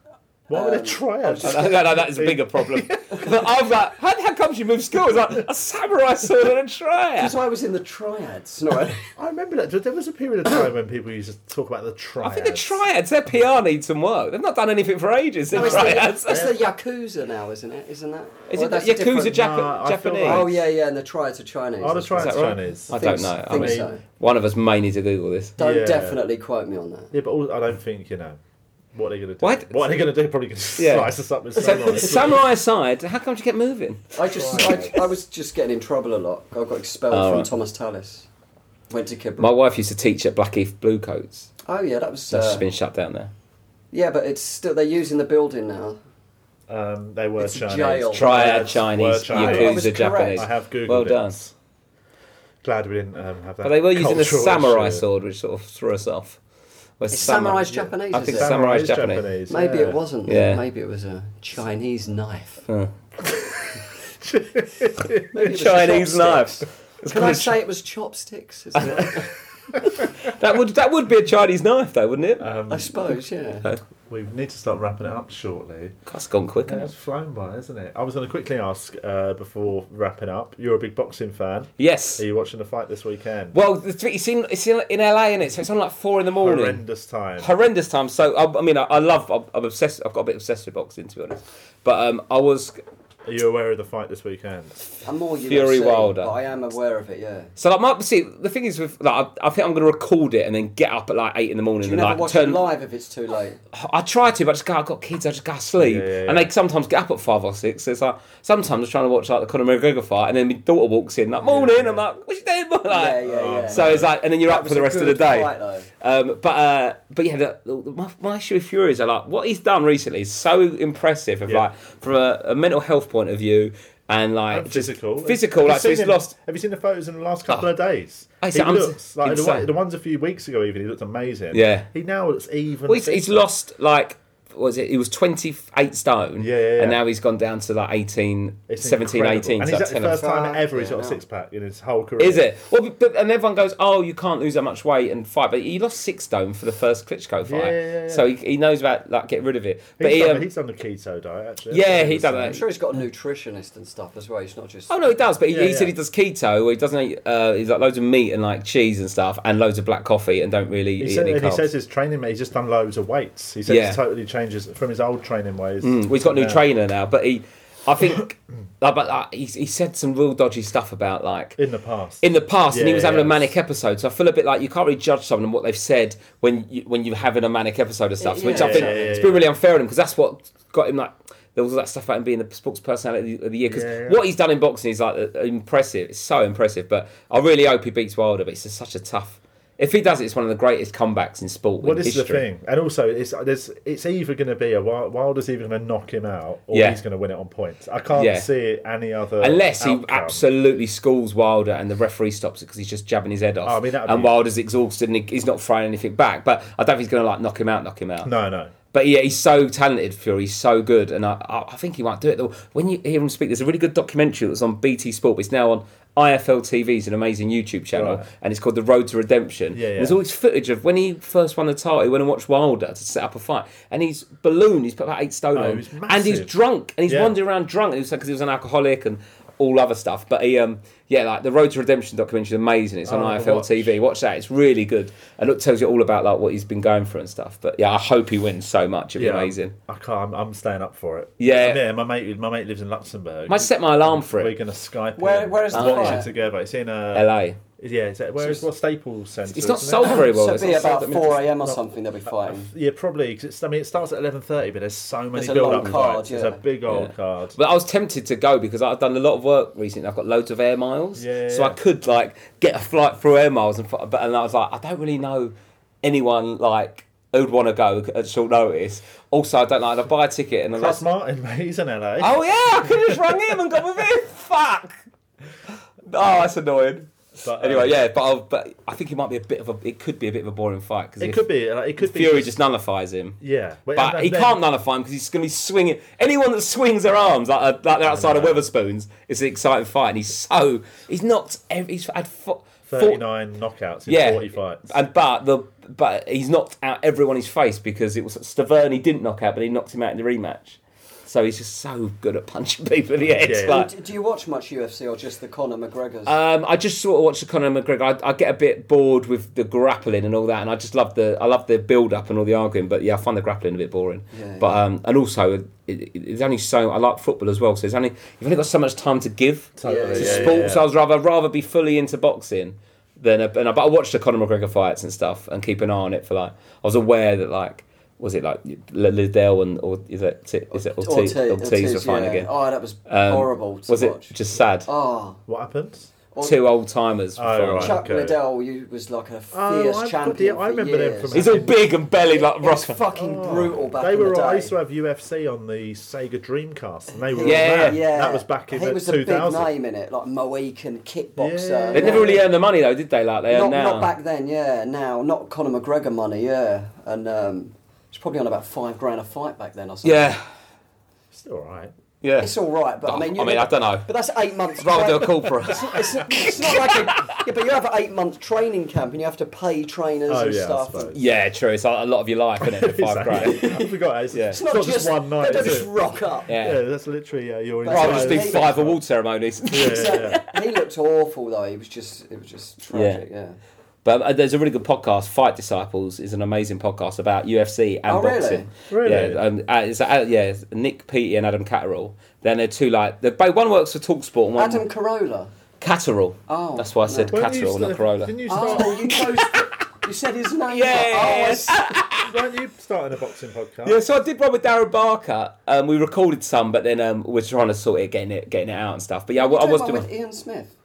A: Why were there triads?
C: No, no, that's a bigger problem. But I was like, how, how comes you moved schools? Like a samurai sword and a triad.
D: Because I was in the triads. No, I-
A: I remember that there was a period of time when people used to talk about the triads.
C: I think the triads, their PR needs some work. They've not done anything for ages. The
D: no, it's,
C: triads.
D: the, it's the Yakuza now, isn't it? Isn't that?
C: Is
D: Well,
C: it the
D: that's a
C: Yakuza
D: different-
C: Jap-
A: Nah, I feel
C: Japanese?
A: like-
D: Oh, yeah, yeah, and the triads are Chinese.
A: Are the
D: isn't it?
A: triads
C: Is that right?
A: Chinese?
C: I
D: think
C: don't know. I
D: think
C: mean,
D: so.
C: one of us may need to Google this.
D: Don't
A: Yeah.
D: definitely quote me on that.
A: Yeah, but all, I don't think you know what they're going to do.
C: Why d-
A: What are they going to do? Probably going to
C: Yeah.
A: slice us up with
C: So,
A: samurai.
C: samurai aside, how come you kept moving?
D: I just, I, I was just getting in trouble a lot. I got expelled
C: Oh,
D: from
C: right.
D: Thomas Tallis. Went to Kibble.
C: My wife used to teach at Blackheath Bluecoats.
D: oh yeah, that was.
C: So she's
D: Uh,
C: been shut down there.
D: yeah, but it's still they're using the building now.
A: um, they were
D: It's
A: Chinese.
D: jail.
C: Triad,
A: Were
C: Chinese,
A: Chinese.
D: That
C: Yakuza,
D: was correct.
C: Japanese.
A: I have googled
C: Well
A: it.
C: done.
A: Glad we didn't um, have that.
C: But they were using the
A: cultural
C: samurai
A: issue.
C: sword, which sort of threw us off. Where's
D: It's
C: samurai-
D: samurai's Japanese,
C: I
D: is
C: think
D: it?
A: Samurai
C: samurai's
A: is
C: Japanese.
A: Japanese.
D: Maybe
A: yeah.
D: it wasn't.
C: Yeah.
D: Maybe it was a Chinese knife.
C: Huh.
D: Maybe it was
C: Chinese
D: chopsticks.
C: knife.
D: Can I say it was chopsticks? Is it?
C: That would that would be a Chinese knife, though, wouldn't it?
A: Um,
D: I suppose. Yeah.
A: we need to start wrapping it up shortly.
C: That's gone quick.
A: It's flown by, isn't it? I was going to quickly ask uh, before wrapping up. You're a big boxing fan.
C: Yes.
A: Are you watching the fight this weekend?
C: Well, the th- it's in it's in, in LA, is it? So it's on like four in the morning.
A: Horrendous time.
C: Horrendous time. So I, I mean, I, I love. I'm, I'm obsessed. I've got a bit obsessed with boxing, to be honest. But um, I was
A: Are you aware of the fight this weekend?
D: I'm more UFC,
C: Fury Wilder.
D: But I am aware of it. Yeah.
C: so like. My, see, the thing is with like, I, I think I'm going to record it and then get up at like eight in the morning
D: You
C: and
D: never
C: like
D: watch
C: turn.
D: it live if it's too late.
C: I try to, but I just go. I've got kids. I just go to sleep,
A: Yeah, yeah, yeah.
C: and they sometimes get up at five or six. So it's like sometimes I'm trying to watch like the Conor McGregor fight, and then my daughter walks in like morning. I'm like, what you doing? Like,
D: Yeah, yeah, yeah.
C: So it's like, and then you're
D: That
C: up for
D: was
C: the
D: a
C: rest of the
D: good
C: day.
D: fight, though.
C: Um, but uh, but yeah, the, the, my, my issue with Fury is I like what he's done recently is so impressive. Of
A: Yeah.
C: like from a, a mental health point of view and like
A: And
C: just
A: physical,
C: physical.
A: Have you
C: Like so
A: seen
C: he's
A: him-
C: lost. Ah.
A: Have you seen the photos in the last couple of days?
C: I
A: he
C: see- I'm s-
A: looks like the,
C: insane.
A: one- the ones a few weeks ago. Even he looked amazing.
C: Yeah.
A: he now looks even.
C: Well, he's, he's
A: fitter.
C: lost like what was it? He was twenty eight stone.
A: Yeah, yeah, yeah.
C: And now he's gone down to like 18,
A: It's
C: 17,
A: incredible.
C: 18.
A: And
C: so
A: he's
C: like
A: the
C: 10 or
A: first time
D: Fuck
A: ever he's
D: yeah,
A: got a
D: no.
A: six pack in his whole career.
C: Is it? Well, but, but- and everyone goes, "Oh, you can't lose that much weight and fight." But he lost six stone for the first Klitschko fight,
A: Yeah, yeah, yeah.
C: so he, he knows about like get rid of it. But
A: He's,
C: he,
A: done,
C: um,
A: he's done the keto diet actually. That's
C: Yeah,
A: what
C: he
A: was
C: done
A: saying.
D: I'm sure he's got a nutritionist and stuff as well. He's not just.
C: oh no, he does. But he,
A: Yeah,
C: he said
A: yeah.
C: he does keto, where he doesn't eat. Uh, he's like loads of meat and like cheese and stuff, and loads of black coffee, and don't really
A: He,
C: eat
A: said,
C: any
A: and he
C: carbs.
A: says his training mate, he's just done loads of weights. He says
C: Yeah. Mm.
A: he totally changes from his old training ways.
C: Well, he's got a new
A: Yeah.
C: trainer now, but he, I think, like, but like, he, he said some real dodgy stuff about like
A: in the past.
C: in the past, and he
A: Yeah,
C: was having
A: yeah.
C: a manic episode. So I feel a bit like you can't really judge someone on what they've said when you, when you're having a manic episode of stuff.
D: Yeah,
C: which I
D: yeah,
C: think
A: yeah, yeah,
C: it's
A: yeah.
C: been really unfair on him because that's what got him like. There was all that stuff about him being the sports personality of the year because
A: Yeah, yeah.
C: what he's done in boxing is like uh, impressive. It's so impressive, but I really hope he beats Wilder. But it's just such a tough. If he does it, it's one of the greatest comebacks in sport.
A: Well,
C: in
A: this is
C: history.
A: the thing, and also it's there's, it's either going to be a Wild- Wilder's either going to knock him out or
C: Yeah.
A: he's going to win it on points. I can't
C: Yeah.
A: see it any other
C: Unless he
A: outcome.
C: absolutely schools Wilder and the referee stops it because he's just jabbing his head off.
A: Oh, I mean, that'd
C: and
A: be-
C: Wilder's exhausted and he- he's not throwing anything back. But I don't think he's going to like knock him out, knock him out.
A: No, no.
C: But yeah, he's so talented, Fury. He's so good, and I, I I think he might do it. Though when you hear him speak, there's a really good documentary that was on BT Sport. But it's now on IFL TV's an amazing YouTube channel,
A: Right.
C: and it's called The Road to Redemption.
A: Yeah, yeah.
C: There's all this footage of when he first won the title. He went and watched Wilder to set up a fight, and he's ballooned. He's put about eight stone
A: Oh, he
C: on,
A: was
C: and he's
A: massive.
C: drunk, and he's
A: Yeah.
C: wandering around drunk. It was because he was an alcoholic and all other stuff. But he, um, yeah, like the Road to Redemption documentary is amazing. It's on
A: I'll have a
C: IFL
A: watch.
C: TV. Watch that. It's really good, and it tells you all about like what he's been going through and stuff. But yeah, I hope he wins so much. It'd be amazing.
A: I can't. I'm, I'm staying up for it.
C: Yeah.
A: yeah. My mate, my mate lives in Luxembourg.
C: I might set my alarm for
A: We're
C: it.
A: gonna Skype.
D: Where-
A: in,
D: where is the
A: watch
D: fire?
A: it together? It's in uh,
C: LA.
A: Yeah, is that, where is what Staples Centre?
C: It's not
A: isn't it?
C: sold very well.
D: So
C: is
D: it'd
C: it?
D: be about 4 a.m. or something, they'll be fighting.
A: Yeah, probably. 'cause it's, I mean, it starts at eleven thirty, but there's so many
D: There's a
A: build-up
D: long card,
A: fights. It's
D: yeah.
A: a big old
C: Yeah.
A: card.
C: But I was tempted to go because I've done a lot of work recently. I've got loads of air miles,
A: Yeah, yeah,
C: so I
A: yeah.
C: could like get a flight through air miles. And fi- but and I was like, I don't really know anyone like who'd want to go at short notice. Also, I don't like to buy a ticket and
A: That's
C: unless,
A: Martin, mate. He's in LA.
C: oh yeah, I could have just rung him and got with him. Fuck. Oh, that's annoying.
A: But,
C: anyway,
A: um,
C: yeah, but I'll, but I think it might be a bit of a. It could be a bit of a boring fight because
A: It could be. Like, it could be.
C: Fury just nullifies him.
A: Yeah, Wait,
C: But
A: and
C: he
A: then-
C: can't nullify him because he's going to be swinging. Anyone that swings their arms like, uh, like they're outside of Weatherspoons, it's an exciting fight. And he's so he's knocked. Every, he's had fo- four-
A: Thirty-nine knockouts in
C: yeah,
A: forty fights.
C: And but the but he's knocked out everyone he's faced because it was Stavern he didn't knock out, but he knocked him out in the rematch. So he's just so good at punching people in the head.
A: Yeah, yeah.
C: like-
D: Do, do you watch much UFC or just the Conor McGregor's?
C: um, I just sort of watch the Conor McGregor. I, I get a bit bored with the grappling and all that, and I just love the I love the build up and all the arguing. But yeah, I find the grappling a bit boring.
D: Yeah,
C: But um, and also, it, it, it's only so I like football as well. So it's only you've only got so much time to give
A: Totally,
C: to
A: yeah,
C: sport.
A: yeah, yeah.
C: So I was rather rather be fully into boxing than a, and I, but I watched the Conor McGregor fights and stuff and keep an eye on it for like I was aware that like. Was it like L- Liddell and or is it is it Ortiz,
D: Ortiz-
C: Ortiz,
D: Ortiz,
C: were fighting
D: yeah.
C: oh, again?
D: Oh, that was
C: Um,
D: horrible to
C: was it
D: watch.
C: just sad?
D: Oh,
A: What happens?
D: Or-
C: two old timers.
A: Oh, right.
D: Chuck
A: okay.
D: Liddell you was like a
A: Oh,
D: fierce
A: I've got
D: champion.
A: the- I
D: for
A: remember them
D: years.
A: from- Oh,
C: He's all big and belly like
D: It was
C: Ross.
D: fucking brutal back
A: They
D: in
A: were.
D: the day.
A: I used to have UFC on the Sega Dreamcast, and they were.
C: Yeah,
A: on that.
D: yeah,
A: That was back in
D: He
A: the
D: was a
A: two
D: big
A: thousand.
D: name in it, like Mohican kickboxer.
A: Yeah.
C: They never really earned the money though, did they? Like they
D: not,
C: earn now.
D: not back then, yeah. Now, not Conor McGregor money, yeah. And um, it's probably on about five grand a fight back then or something.
C: Yeah,
A: Still alright.
C: yeah.
D: It's all right, but I mean,
C: I mean, I don't know.
D: But that's eight months.
C: Rather do a
D: tra-
C: call for us.
D: It's, it's not like a, yeah, but you have an eight month training camp and you have to pay trainers
A: Oh
D: and
A: yeah, I
D: stuff.
A: suppose.
C: Yeah, true. It's like a lot of your life, isn't it? For five grand.
A: I forgot. It's,
C: Yeah.
A: it's not, just, one night.
D: They don't
A: is
D: just
A: it?
D: rock up.
A: Yeah,
C: Yeah.
A: that's literally uh, your
D: Right,
C: I'll
A: entire.
C: just do five award ceremonies.
A: Yeah, yeah, yeah.
D: he looked awful though. He was just, it was just tragic. Yeah.
C: But uh, there's a really good podcast. Fight Disciples is an amazing podcast about UFC and
D: Oh, really?
C: boxing.
A: Really?
C: Yeah, um, uh, it's, uh, yeah. it's Nick Petey and Adam Catterall. Then they're two like they're, both- one works for Talksport and one
D: Adam Carolla.
C: Catterall.
D: Oh,
C: that's why I said
A: Weren't you
C: Catterall,
A: st-
C: not Corolla.
A: Didn't you start?
D: Oh, you chose. You said his name.
C: Yes.
D: Oh, I see.
A: weren't you starting a boxing podcast?
C: Yeah, so I did one with Darren Barker. Um, we recorded some, but then um, we're trying to sort it, getting it, getting it out and stuff. But yeah, I, wa- I
D: Doing
C: was
D: one
C: doing.
D: with Ian Smith.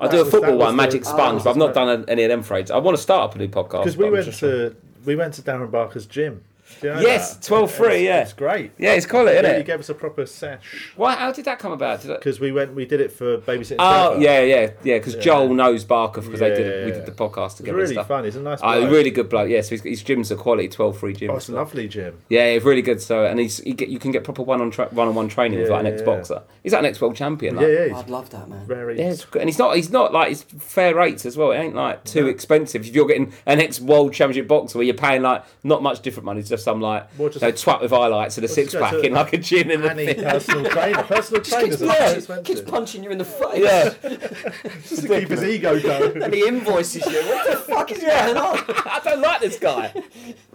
C: I do a
A: That
C: football
A: was
C: one,
A: the-
C: Magic Sponge,
A: Ah.
C: but I've not done a- any of them trades. I want to start up a new podcast.
A: Because
C: but
A: we
C: I'm
A: went
C: just-
A: to we went to Darren Barker's gym. Do you know
C: Yes,
A: that?
C: 12-3, yeah.
A: it's great.
C: Yeah, it's cool, isn't
A: Yeah, he
C: it?
A: gave us a proper sesh
C: Why? How did that come about? Did I...
A: because we went. We did it for babysitting.
C: Oh
A: Forever.
C: yeah, yeah, yeah. Because
A: Yeah.
C: Joel knows Barker because they
A: Yeah,
C: did
A: yeah,
C: it, we
A: yeah.
C: did the podcast
A: it's
C: together.
A: really
C: and stuff.
A: fun. He's a nice.
C: Oh,
A: bloke.
C: really good bloke. Yeah, so his, his gyms are quality, twelve free gyms.
A: Oh, it's a lovely gym.
C: Yeah, it's really good. So, and he's, he get, you can get proper one on tra- one on one training with
A: Yeah,
C: like an
A: yeah,
C: ex
A: yeah.
C: boxer. He's like an ex world champion. Like.
A: Yeah, yeah. He's
D: I'd love that man.
A: very.
C: Yeah, it's good. and it's not it's not like it's fair rates as well. It ain't like too expensive. If you're getting an ex world championship boxer where you're paying like not much different money, it's just some like
A: Well, just-
C: you know, twat with highlights and a
A: just
C: six
A: go
C: pack
A: to-
C: and like a gin and a
A: Any
C: thing.
A: personal trainer. Personal trainers
D: Kids,
A: are so
D: punching, kids
A: expensive.
D: punching you in the face.
C: Yeah.
A: Just to keep his e- ego going.
D: And he invoices you. What the fuck is going on?
C: I don't like this guy.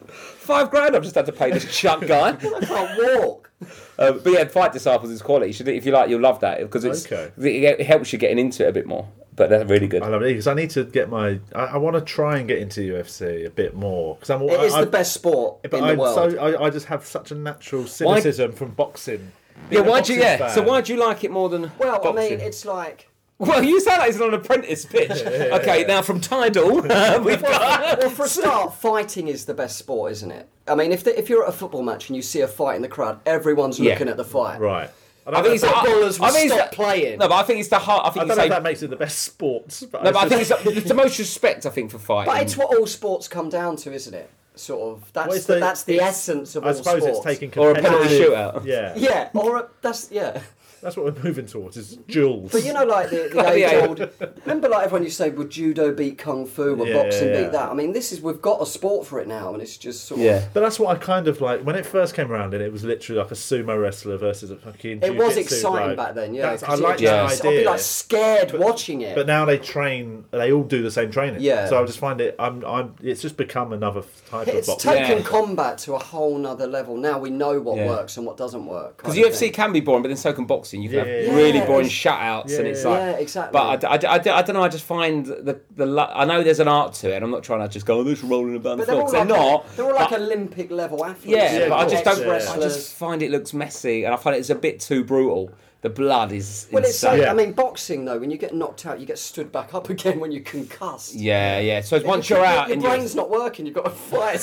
C: Five grand I've just had to pay this chunk guy.
D: I can't walk.
C: Uh, but yeah, Fight Disciples is quality. You should, if you like, you'll love that because it's,
A: Okay.
C: it, it helps you getting into it a bit more. But they're really good.
A: I love it because I need to get my. I, I want to try and get into UFC a bit more because I'm.
D: It
A: I,
D: is
A: I,
D: the best sport
A: But
D: in the
A: I'm
D: world.
A: so I, I just have such a natural cynicism from boxing.
C: Yeah,
A: Being a
C: why do you?
A: boxing
C: Yeah, so
A: fan,
C: why do you like it more than?
D: well, I
C: boxing?
D: mean, it's like.
C: Well, you sound like it's an apprentice pitch. okay, now from Tidal, uh, we've got.
D: Well, for a start, fighting is the best sport, isn't it? I mean, if, the, if you're at a football match and you see a fight in the crowd, everyone's
C: Yeah.
D: looking at the fight.
A: right? And
C: I think it's
D: Footballers will
C: I think it's
D: stop
C: the-
D: playing.
C: No, but I think it's the heart. I
A: I
C: think
A: don't
C: it's
A: know if
C: a,
A: that makes it the best sports. But
C: no, but I think
A: just-
C: it's, the- it's the most respect I think for fighting.
D: But it's what all sports come down to, isn't it? sort of that's
A: it's
D: the,
A: the-
D: that's the
A: it's-
D: essence of
A: I
D: all
A: suppose it's
D: sports.
A: taking
C: Or a penalty
A: competitive-
C: shootout.
A: Yeah,
D: Yeah, or a, that's yeah.
A: that's what we're moving towards is duels.
D: But you know, like the, the
C: Like the
D: age old. Remember, like everyone used to say, "Would judo beat kung fu? Would
A: Yeah,
D: boxing
A: yeah, yeah.
D: beat that?" I mean, this is we've got a sport for it now, and it's just sort
C: Yeah.
D: of.
A: But that's what I kind of like when it first came around, and it was literally like a sumo wrestler versus a fucking.
D: It was
A: jujitsu,
D: exciting
A: like,
D: back then, yeah.
A: that's- I
D: 'cause it
A: like
D: was-
A: that
C: just-
A: idea.
D: I'd be like scared watching it.
A: but now they train; they all do the same training.
D: Yeah.
A: So I just find it. I'm. I'm. It's just become another type
D: it's
A: of boxing.
D: taken
C: Yeah.
D: combat to a whole nother level. Now we know what
C: Yeah.
D: works and what doesn't work.
C: Because
D: kind of
C: UFC
D: thing.
C: can be boring, but then so can boxing. You can
A: Yeah.
C: have really
D: Yeah.
C: boring shutouts, and it's
A: Yeah.
C: like.
D: Yeah, exactly.
C: But I, d- I d- I d- I don't know. I just find the the lo- I know there's an art to it. and I'm not trying to just go oh, this rolling about the
D: But they're all
C: floor.
D: like,
C: They're not.
D: They're all like
C: but-
D: Olympic level athletes.
C: yeah,
A: Yeah,
C: but I just
A: boxers,
C: don't.
A: yeah.
C: I just find it looks messy, and I find it's a bit too brutal. The blood is
D: Well, it's
C: insane.
D: like,
A: Yeah.
D: I mean, boxing though. When you get knocked out, you get stood back up again when you concussed.
C: yeah, yeah. So it's
D: Your-
C: once you're
D: your-
C: out,
D: your
C: and
D: brain's
C: you're,
D: not working. You've got to fight.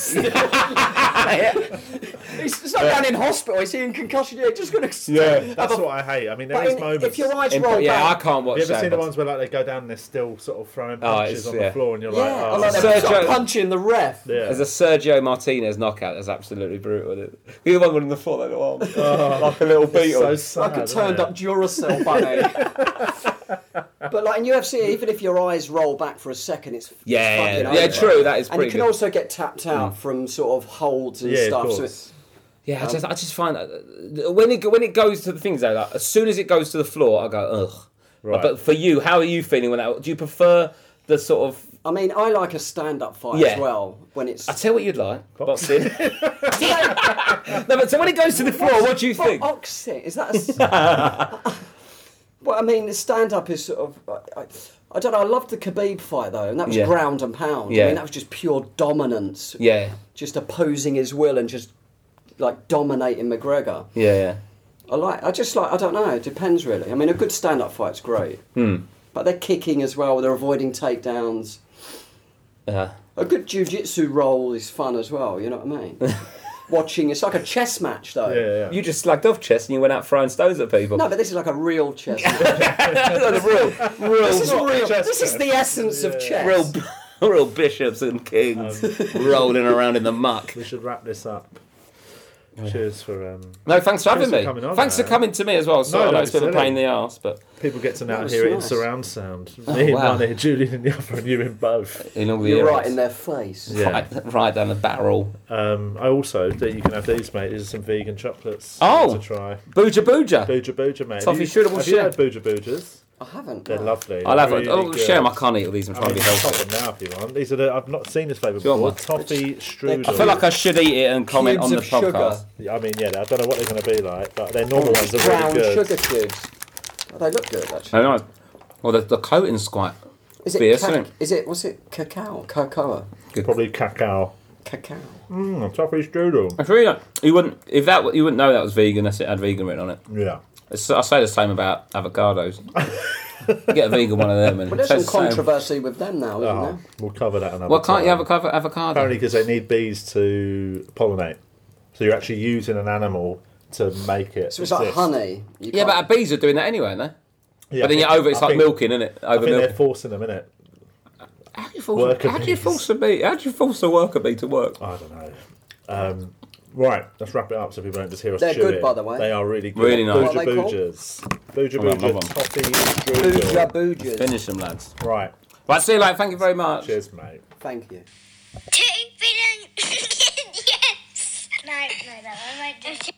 D: He's he's not down in hospital. He's in concussion. Yeah, just gonna.
A: Yeah, that's what I hate. I mean, there
D: But
A: is
D: in-
A: moments.
D: if your eyes
C: in-
D: roll
C: yeah, I
D: back,
C: can't watch
A: Have you ever
C: that.
A: seen the
C: but-
A: ones where like they go down and they're still sort of throwing
C: Oh, it's-
A: punches on the
C: yeah.
A: floor, and you're
D: yeah,
A: like, oh,
D: I'm like
C: it's-
D: they're
C: Sergio-
D: sort of punching the ref.
A: yeah.
C: There's a Sergio Martinez knockout that's absolutely brutal. Isn't it? You're the one on the floor, that little arm. like a little
A: Oh, It's so
C: beetle.
A: sad,
D: like a
A: isn't
D: turned
A: it?
D: up Duracell bunny. but like in UFC, even if your eyes roll back for a second, it's it's
C: Yeah, yeah,
D: fucking
C: yeah. Yeah,
D: over.
C: true, that is
D: And you
C: pretty
D: can
C: good. Mm.
D: also get tapped out from sort of holds and
A: Yeah, of
D: stuff. so
A: course.
D: it-
C: Yeah,
A: Um,
C: I just, I just find that uh, when it go- when it goes to the things though, like, as soon as it goes to the floor, I go ugh.
A: Right.
C: But for you, how are you feeling when that? Do you prefer the sort of?
D: I mean, I like a stand-up fight
C: Yeah.
D: as well when it's.
C: I tell you what you'd like boxing. no, but so when it goes to the floor, what do you
A: oh,
C: think?
D: Boxing is that? A... s- well, I mean, the stand-up is sort of. I, I, I don't know. I loved the Khabib fight though, and that was
C: Yeah.
D: ground and pound. I
C: Yeah.
D: mean, that was just pure dominance.
C: Yeah,
D: Just opposing his will and just like dominating McGregor.
C: yeah, yeah.
D: I like. I just like. I don't know. It depends really. I mean, a good stand-up fight's great,
C: Hmm.
D: but they're kicking as well. They're avoiding takedowns.
C: Uh,
D: A good jiu-jitsu roll is fun as well. You know what I mean? Watching. It's like a chess match though.
A: Yeah, yeah.
C: you just slagged off chess and you went out throwing stones at people.
D: No, but this is like a real chess. match.
C: the real, real,
D: this is real.
A: chess
D: This is
A: match.
D: the essence of chess.
C: real, real bishops and kings
A: Um,
C: rolling around in the muck.
A: We should wrap this up. Cheers for um,
C: No, thanks for having
A: for
C: me.
A: coming on,
C: thanks for
A: man.
C: coming to me as well. So
A: No,
C: I know
A: don't
C: it's been a
A: be silly.
C: pain in the ass, but
A: people get to now
D: was
A: hear it in
D: nice.
A: surround sound. Me in
C: Oh, wow.
A: one ear, Julian in the other, and you in both.
C: in all the
D: You're
C: eras.
D: right in their face.
A: Yeah.
C: right, right down the barrel.
A: Um, I also that you can have these, mate. These are some vegan chocolates
C: Oh.
A: to try.
C: Booja booja.
A: Booja booja, mate.
C: Toffee
A: Have you-
C: shootable
A: Have you
C: shit.
A: had booja boojas?
D: I haven't.
A: They're
D: no.
A: lovely.
C: I'll have
A: Really
C: a, oh,
A: good.
C: share my can't eat all these. I'm
A: I
C: trying
A: mean,
C: to be
A: top
C: healthy.
A: them now if you want. These are the, I've not seen this flavour
C: you want
A: before.
C: one?
A: Toffee strudel.
C: I feel like I should eat it and comment
D: Cubes
C: on the
D: of sugar.
C: podcast.
A: I mean, yeah, I don't know what they're going to be like, but their normal ones are
D: Brown
A: really good.
D: sugar cubes. Oh, they look good actually.
C: I know. Well, the, the coating's quite.
D: Is it?
C: beer,
D: cac-
C: isn't it?
D: is it? What's it? Cacao. Cocoa.
A: Probably cacao.
D: Cacao.
A: Mm, toffee strudel.
C: It's really not- You wouldn't if that you wouldn't know that was vegan unless it had vegan written on it.
A: Yeah.
C: It's, I say the same about avocados. Get a vegan one of them and
D: But
C: it
D: there's some
C: tastes the same.
D: controversy with them now, isn't
A: Oh,
D: there?
A: we'll cover that another
C: Well, can't you
A: time.
C: have a cover avocado?
A: Apparently, because they need bees to pollinate. So you're actually using an animal to make it.
D: So it's like
A: exist.
D: honey. You
C: Yeah, but our
D: can't-
C: bees are doing that anyway, aren't they?
A: Yeah,
C: But then
A: I
C: you're
A: think-
C: over. It's
A: I
C: like
A: think-
C: milking, isn't it?
A: I
C: Over
A: think they're
C: milk.
A: forcing them in it.
C: How do you force?
A: worker
C: How do you
A: bees. Oh.
C: force a bee? How do you force a worker bee to work?
A: I don't know. Um, right, let's wrap it up so people don't just hear us.
D: They're
A: chew
D: good,
A: it.
D: by the way.
A: They are really good.
C: Really nice.
A: Booja
D: What are they called?
A: boojers. Booja
C: Hold on,
A: booja
C: hold on.
A: toffee
D: Booja
A: strudel.
D: boojers.
C: Finish them, lads.
A: Right,
C: Right, see you later. Thank you very much.
A: cheers, mate.
D: Thank you.
B: Two billion idiots. No, no, no, I might do.